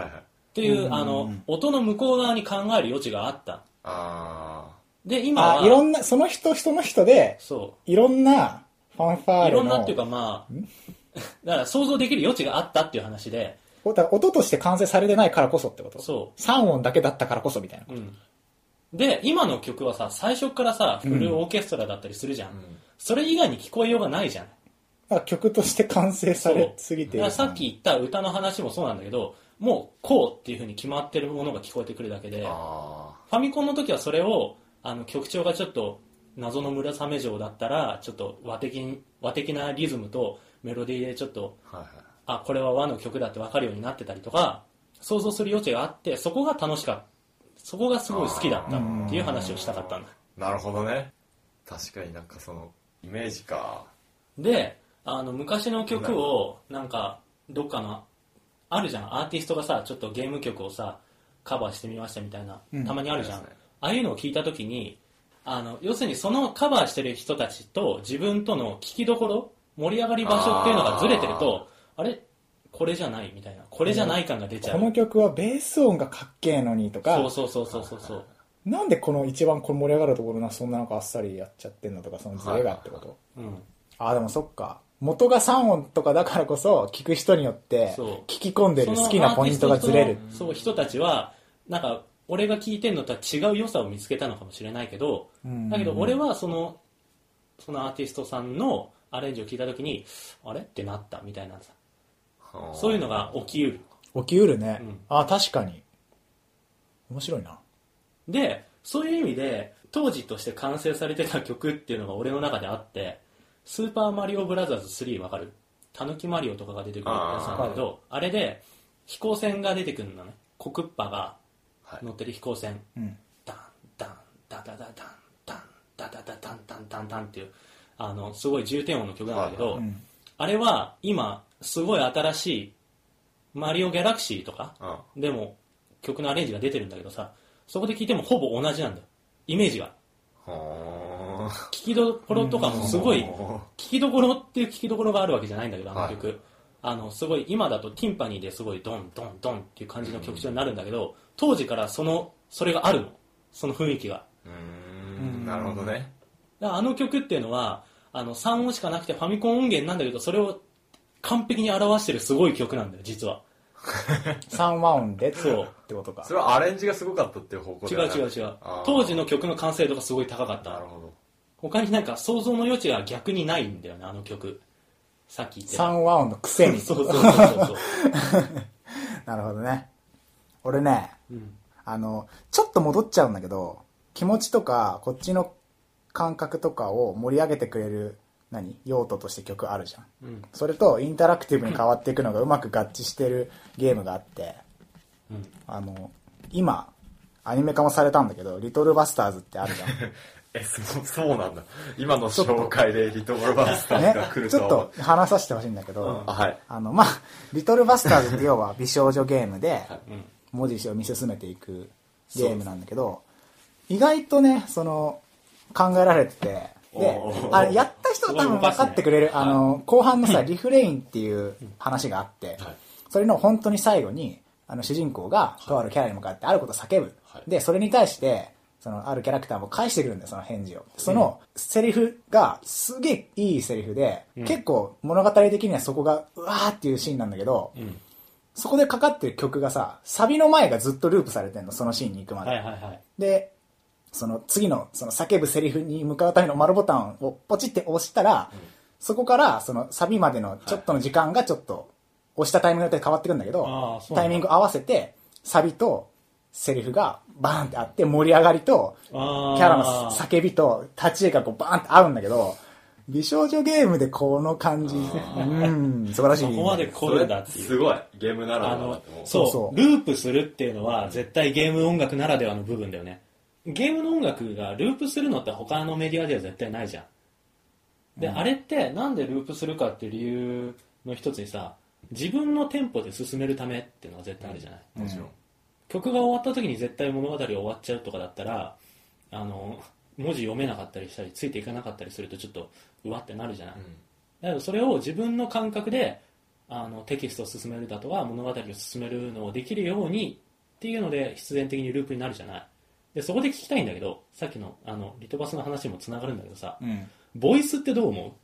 いはい。ていう、あの音の向こう側に考える余地があったあで今はあ、いろんな、その人人の人で、そいろんなファンファーうレいの、ろんなっていうかまあ だから想像できる余地があったっていう話でおだから音として完成されてないからこそってこと。そう3音だけだったからこそみたいな。うん、で今の曲はさ最初からさフルオーケストラだったりするじゃん、んそれ以外に聞こえようがないじゃんだから曲として完成されすぎてだいかるらさっき言った歌の話もそうなんだけどもうこうっていう風に決まってるものが聞こえてくるだけであ。ファあミコンの時はそれをあの曲調がちょっと謎の村雨城だったらちょっと和的和的なリズムとメロディーでちょっとあ。はいはい。あこれは和の曲だって分かるようになってたりとか想像する余地があってそこが楽しかったそこがすごい好きだったっていう話をしたかったんだなるほどね。確かになんかその、イメージか。であの昔の曲をなんかどっかのあるじゃんアーティストがさちょっとゲーム曲をさカバーしてみましたみたいな、んたまにあるじゃん、ありますねああいうのを聞いた時にあの要するにそのカバーしてる人たちと自分との聞きどころ盛り上がり場所っていうのがずれてるとあれこれじゃないみたいなこれじゃない感が出ちゃこう、の曲はベース音がかっけえのにとか、そうそうそうそうそうそうなんでこの一番これ盛り上がるところなそんななんかあっさりやっちゃってんのとかそのズレがってこと、うんああでもそっか元が3音とかだからこそ聞く人によってそう聞き込んでる好きなポイントがずれるそのアーティストのそう人たちはなんか俺が聞いてるのとは違う良さを見つけたのかもしれないけどうんだけど俺はそのそのアーティストさんのアレンジを聞いた時にあれってなったみたいなさそういうのが起きうる起きうるね、うんああ確かに面白いなでそういう意味で当時として完成されてた曲っていうのが俺の中であって「スーパーマリオブラザーズ3」わかるたぬきマリオとかが出てくるやつなんだけどあれで飛行船が出てくるのねコクッパがはい乗ってる飛行船、うんダンダンダダダダンダンダダダダンダンダンダンっていうあのすごい重点音の曲なんだけど、はいうんあれは今すごい新しい「マリオ・ギャラクシー」とかあでも曲のアレンジが出てるんだけどさそこで聴いてもほぼ同じなんだよイメージがほー聴きどころとかもすごいほ聴きどころっていう聴きどころがあるわけじゃないんだけどあの曲、はあのすごい今だとティンパニーですごいドンドンドンっていう感じの曲調になるんだけど、当時からそのそれがあるのその雰囲気がーうーんなるほどねだからあの曲っていうのはあの3音しかなくてファミコン音源なんだけどそれを完璧に表してるすごい曲なんだよ実は3和音でってそうことかそれはアレンジがすごかったっていう方向違でうはなく違う違うあー当時の曲の完成度がすごい高かっなるたほど他になんか想像の余地が逆にないんだよねあの曲さっき言って3た和音のくせにそうそうそうそうそう、なるほどね俺ね うん、あの、ちょっと戻っちゃうんだけど、気持ちとか、こっちの感覚とかを盛り上げてくれる、何用途として曲あるじゃん。うんそれとインタラクティブに変わっていくのがうまく合致してるゲームがあって、うんあの、今、アニメ化もされたんだけど、リトルバスターズってある じゃん。えそうそうなんだ今の紹介でリトルバスターズが来ね、るちとょはっ思わと話させてほしいんだけど、あはいあの、まあ、リトルバスターズって要 は美少女ゲームで、うん文字を見進めていくゲームなんだけど、意外とね、その、考えられてて、でおー、あれやった人は多分分かってくれる、すごいあ動かすねの、後半のさ、リフレインっていう話があって、はいそれの本当に最後に、あの、主人公が、とあるキャラに向かってあることを叫ぶ。はいで、それに対して、その、あるキャラクターも返してくるんだよ、その返事を。その、セリフが、すげえいいセリフで、結構物語的にはそこが、うわーっていうシーンなんだけど、うん。そこでかかってる曲がさ、サビの前がずっとループされてんの、そのシーンに行くまで。はいはいはい。で、その次の、その叫ぶセリフに向かうための丸ボタンをポチって押したら、そこからそのサビまでのちょっとの時間がちょっと、押したタイミングで変わってくんだけあどあ、そうなんだタイミング合わせて、サビとセリフがバーンってあって、盛り上がりと、キあーャラの叫びと立ち絵がこうバーンって合うんだけど、美少女ゲームでこの感じ、うん、素晴らしい。ここまで来るんだってそれいう。すごい。ゲームならあではだのと思、う。うそうそうループするっていうのは絶対ゲーム音楽ならではの部分だよね。ゲームの音楽がループするのって他のメディアでは絶対ないじゃん。で、あれってなんでループするかっていう理由の一つにさ、自分のテンポで進めるためっていうのは絶対あるじゃない。もちろん。曲が終わった時に絶対物語終わっちゃうとかだったらあの文字読めなかったりしたりついていかなかったりするとちょっとうわってなるじゃない、だけどそれを自分の感覚であのテキストを進めるだとか物語を進めるのをできるようにっていうので必然的にループになるじゃないでそこで聞きたいんだけどさっきのあのリトバスの話にもつながるんだけどさ、うん。ボイスってどう思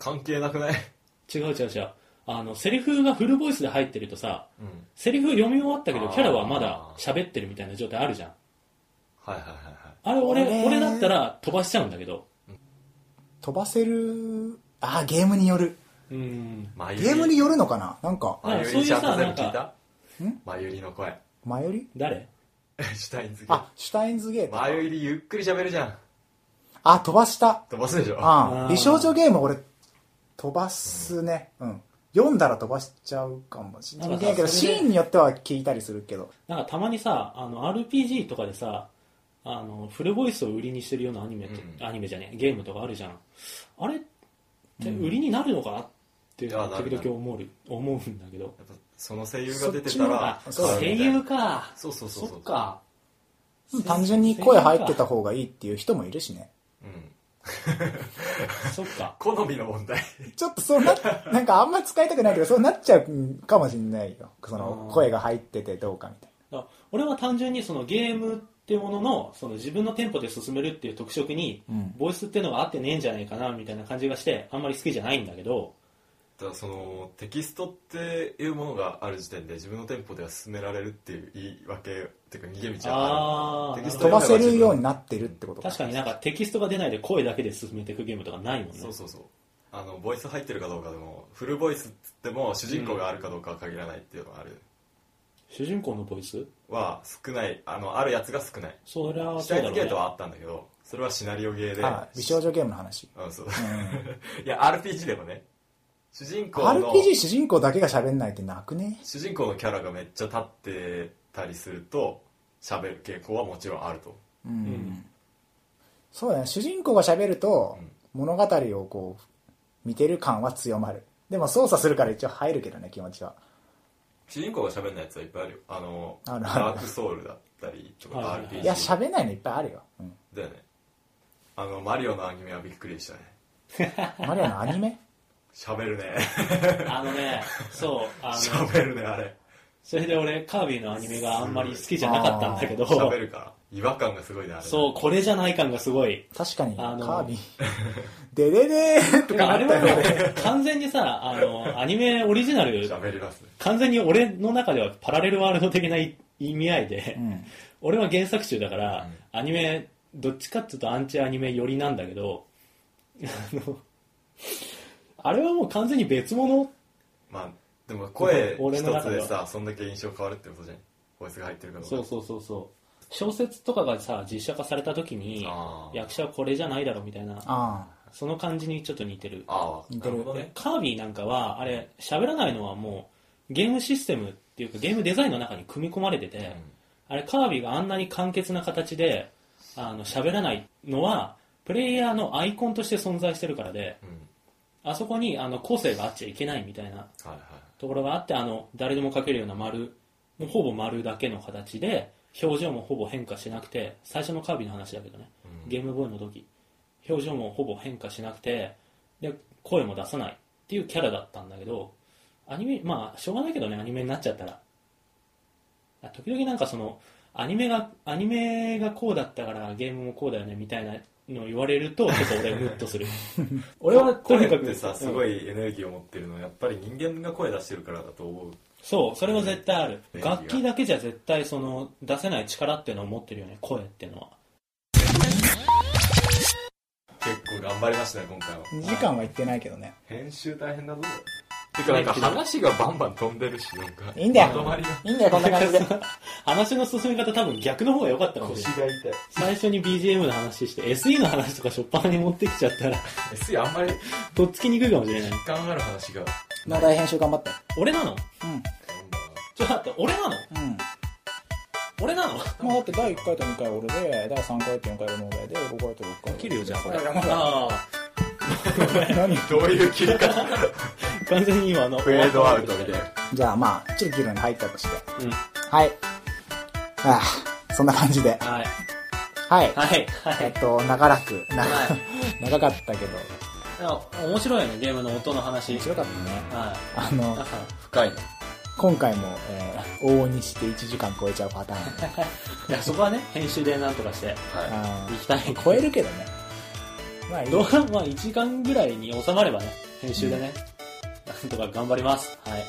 関係なくないう違う違う違うあのセリフがフルボイスで入ってるとさうん。セリフ読み終わったけどあーキャラはまだ喋ってるみたいな状態あるじゃんはいはいはいはい。あれ俺あれ俺だったら飛ばしちゃうんだけど飛ばせる、あー、ゲームによる。うんまゆり。ゲームによるのかななんか、まゆりちゃんと全部聞いなんたまゆりの声。前より誰 シュタインズゲームあ、シュタインズゲート。まゆりゆっくり喋るじゃん。あ、飛ばした。飛ばすでしょあああー美少女ゲーム俺、飛ばすね。うん。読んだら飛ばしちゃうかもしれないけなんど、かさシそれでーンによっては聞いたりするけど。なんかたまにさあの RPG とかでさあのフルボイスを売りにしてるようなアニメって、うんアニメじゃねえゲームとかあるじゃんあれって売りになるのかなってい時やなるなる々思う思うんだけどやっぱその声優が出てたらあ、そうだね声優かそうそうそうそうそっか単純に声入ってた方がいいっていう人もいるしね。うん。そっか好みの問題。ちょっとそう な、なんかあんま使いたくないけど、そうなっちゃうかもしれないよ。その、うん声が入っててどうかみたいだから俺は単純にそのゲームってもののその自分のテンポで進めるっていう特色に、うんボイスっていうのが合ってねえんじゃないかなみたいな感じがしてあんまり好きじゃないんだけどただそのテキストっていうものがある時点で自分のテンポでは進められるっていう言い訳っていうか逃げ道はああーるテキスな。ト飛ばせるようにななってるってこと確かになんかテキストが出ないで声だけで進めていくゲームとかないもんねそうそうそうあのボイス入ってるかどうかでもフルボイスっつっても主人公があるかどうかは限らないっていうのがある、主人公のボイスは少ないあのあるやつが少ないそれはシュそうだタイろンう、ズゲねート、はあったんだけどそれはシナリオゲーであ美少女ゲームの話。うんそういや RPG でもね主人公の RPG 主人公だけが喋んないってなくね主人公のキャラがめっちゃ立ってたりすると喋る傾向はもちろんあるとうんそうだね主人公が喋るとうん物語をこう見てる感は強まるでも操作するから一応入るけどね気持ちは主人公が喋んないやつはいっぱいあるよあのあるあるダークソウルだったりとかはいはいはい RPG いや喋んないのいっぱいあるよ、うん、だよねあのマリオのアニメはびっくりしたねマリ オのアニメ喋るねあのねそうあの 喋るねあれそれで俺カービィのアニメがあんまり好きじゃなかったんだけど 喋るから違和感がすごいねあれねそうこれじゃない感がすごい確かにカあの ービィでででーとてかかああっれたはよねもう完全にさあのアニメオリジナル喋りますね完全に俺の中ではパラレルワールド的な意味合いで、ん俺は原作中だから、アニメどっちかっていうとアンチアニメ寄りなんだけどあのあれはもう完全に別物まあでも声 俺一の中つではでさそんだけ印象変わるってことじゃんボイスが入ってるかどうかそうそうそうそう小説とかがさ実写化された時にあー役者はこれじゃないだろみたいなあその感じにちょっと似てるああ似てるなほどでねカービィなんかはあれ喋らないのはもうゲームシステムっていうかゲームデザインの中に組み込まれてて、あれカービィがあんなに簡潔な形であの喋らないのはプレイヤーのアイコンとして存在してるからでうんあそこにあの個性があっちゃいけないみたいなはいはいところがあってあの誰でも描けるような丸もうほぼ丸だけの形で表情もほぼ変化しなくて最初のカービィの話だけどね、ゲームボーイの時表情もほぼ変化しなくてで声も出さないっていうキャラだったんだけどアニメまあしょうがないけどねアニメになっちゃったらあ時々なんかそのアニメがアニメがこうだったからゲームもこうだよねみたいなの言われるとちょっと俺ムッとする 俺はとに声かっくてさ、すうんごいエネルギーを持ってるのは、やっぱり人間が声出してるからだと思う。そうそれは絶対あるうん楽器だけじゃ絶対その出せない力っていうのを持ってるよね声っていうのは結構頑張りましたね、今回は。 2時間は行ってないけどね。編集大変だぞ。てか、なんか話がバンバン飛んでるし、なんか。いいんだよまとまりが。いいんだよ、こんな感 じで。 話の進み方多分逆の方が良かったかもし腰れないが痛い。最初に BGM の話して SE の話とかしょっぱなに持ってきち ゃったら SE あんまりとっつきにくいかもしれない実感ある話が。の大編集頑張って。俺なのうん。ちょっと待って俺なのうん。俺なのまあだって第1回と2回俺で、第3回と4回俺の俺で、5回と6回。切るよじゃあこれいやまだああ 何どういう切り方完全に今あの フェードアウトみたいな。じゃあまあ、ちょっと切るのに入ったとして。うんはい。ああ、そんな感じで。はいはい。はいはえっいと、長らく、なは長かったけど、い面白いねゲームの音の話面白かったね。はあいのだ、から深いね。今回も、えー、往々にして1時間超えちゃうパターン。いやそこはね編集でなんとかしてはあいきたいー超えるけどね。まあいい。動画まあ1時間ぐらいに収まればね編集でね、なんとか頑張りますはい、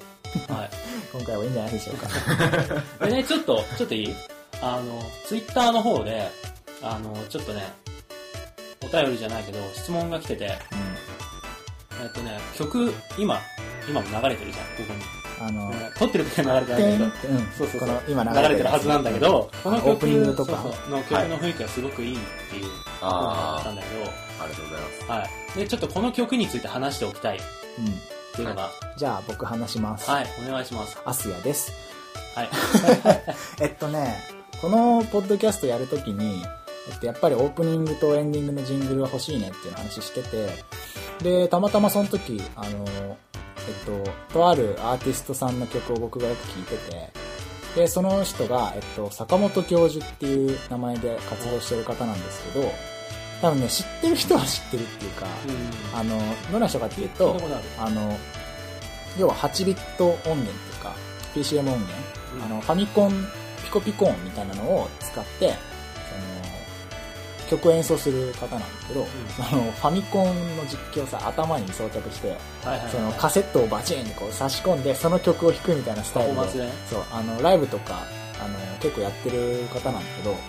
はい今回はいいんじゃないでしょうか。 でね、ちょっと、ちょっといいあの、ツイッターの方で、あの、ちょっとね、お便りじゃないけど、質問が来てて、えっとね、曲、今、今も流れてるじゃん、こあのこに。、撮ってる時は流れてないてんんだって、うん、そうそうそうこの今け流れど、流てれるてるはずなんだけど、この曲、オープニングとかそうそうの曲の雰囲気がすごくいいっていうのがあったんだけど、ありがとうございます。はい。で、ちょっとこの曲について話しておきたいっうん。ていうのが、はじゃあ僕話します。い、お願いします。アスヤです。はい。えっとね、このポッドキャストやるときに、えっと、やっぱりオープニングとエンディングのジングルが欲しいねっていう話してて、で、たまたまその時、あの、えっと、とあるアーティストさんの曲を僕がよく聴いてて、で、その人が、えっと、坂本教授っていう名前で活動してる方なんですけど、多分ね、知ってる人は知ってるっていうか、うん。あの、どんな人かっていうそとんな、ことある。あの、要は8ビット音源っていうか、PCM 音源、あの、ファミコン、ピコピコ音みたいなのを使って、その、曲を演奏する方なんだけど、あの、ファミコンの実機をさ、頭に装着して、はいはいはい。そのカセットをバチンにこう差し込んで、その曲を弾くみたいなスパタイフルォーマンスで、でね。そう、あの、ライブとか、あの、結構やってる方なんだけど、なんか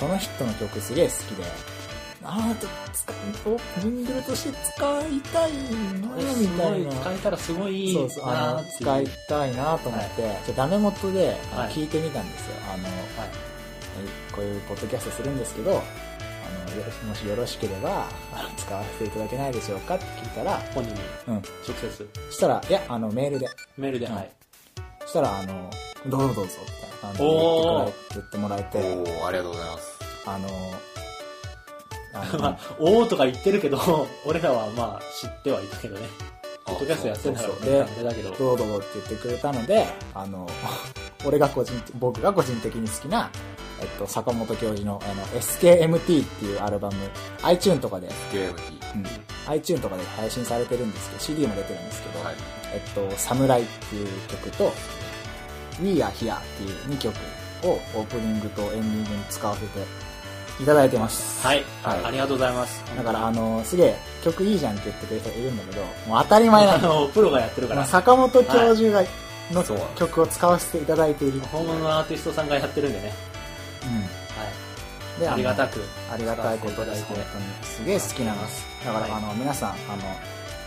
その人の曲すげえ好きで、あーと、使う、おジングルとして使いたいのよ、みすたごいいな。使えたらすごいいいそうそう、あなの、ーっていう使いたいなと思って、じゃあダメ元であのはい聞いてみたんですよ。あの、こういうポッドキャストするんですけど、あの、よろしもしよろしければ、あの使わせていただけないでしょうかって聞いたら、本人にうん。直接そしたら、いや、あの、メールで。メールで、うんはいそしたら、あの、どうぞどうぞ、みたいな感じでおー言ってもらえおて、ー、ありがとうございます。あの、あ まのあ、おおとか言ってるけど 俺らはまあ知ってはいたけどねあポッドキャストやってんだかそうそうらあれだけどどうぞって言ってくれたので、あの、 俺が個人的、僕が個人的に好きな、えっと、坂本教授の、あの、SKMT っていうアルバム、iTune とかで、ゲーム機。うん、iTune とかで配信されてるんですけど、CD も出てるんですけど、はい。えっと、サムライっていう曲と、We Are Here っていう2曲をオープニングとエンディングに使わせていただいてます。はい、はいありがとうございますだから、ああの、すげえ、曲いいじゃんって言ってくれる人がいるんだけど、もう当たり 前なんだのプロがやってるかまあら坂本教授が、のそうなんです曲を使わせていただいている。本物のアーティストさんがやってるんでね、うはん。でい、ありがた。くあのありがたいことです。使本わせていただいて当に。すげえ好きなんです。だから、はいあの、皆さん、あ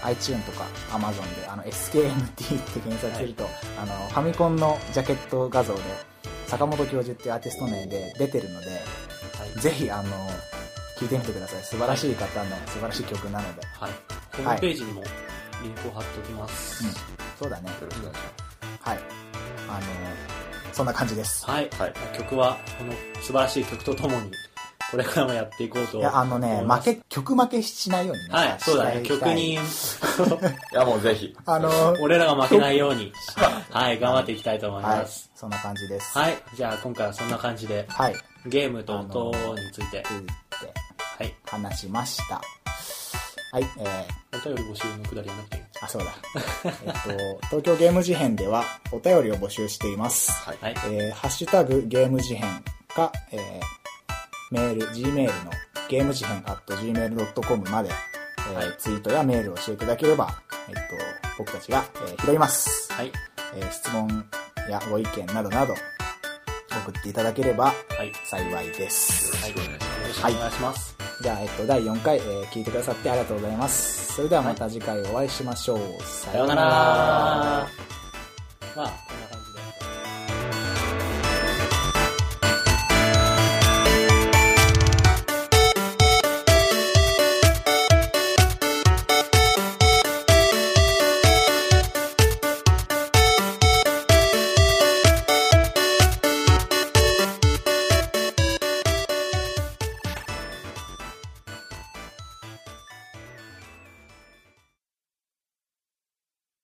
の、iTune とか Amazon で、あの、SKMT って検索すると、あの、ファミコンのジャケット画像で、坂本教授っていうアーティスト名で出てるので、ぜひ、あの、聴いてみてください。素晴らしい方の素晴らしい曲なので。はい、ホームページにもリンクを貼っておきます、うんそうだね。よろしくお願いしはい。あの、そんな感じです。はい、はい曲はこの素晴らしい曲とともにこれからもやっていこうといや、あのね、負負けけ、曲負けしないようにね。はい、そうだね。していき曲たい。に、ます。いや、もうぜひ。あの、 俺らが負けないよ うに、はい、頑張っていきたいと思いはまいす。、そんな感じです。はい、じゃあ今回はそんな感じで、はい。ゲームと音について、続いて、はい。話しました。はい、えー、お便り募集のくだりはなくていい。あ、そうだ。 えっと、東京ゲーム事変ではお便りを募集しています。はい。はい。えーハッシュタグゲーム事変か、えーメール、Gmail のゲーム事変 at gmail.com まで、えーはいツイートやメールをしていただければ、えっと、僕たちが、えー拾います、はい。えー質問やご意見などなど送っていただければはい。よ幸いです。はいよろしくお願ろしくおいします。願いします。じゃあ、えっと、第4回、えー聞いてくださってありがとうございます。それではまた次回お会いしましょう。ささようなら。まあ、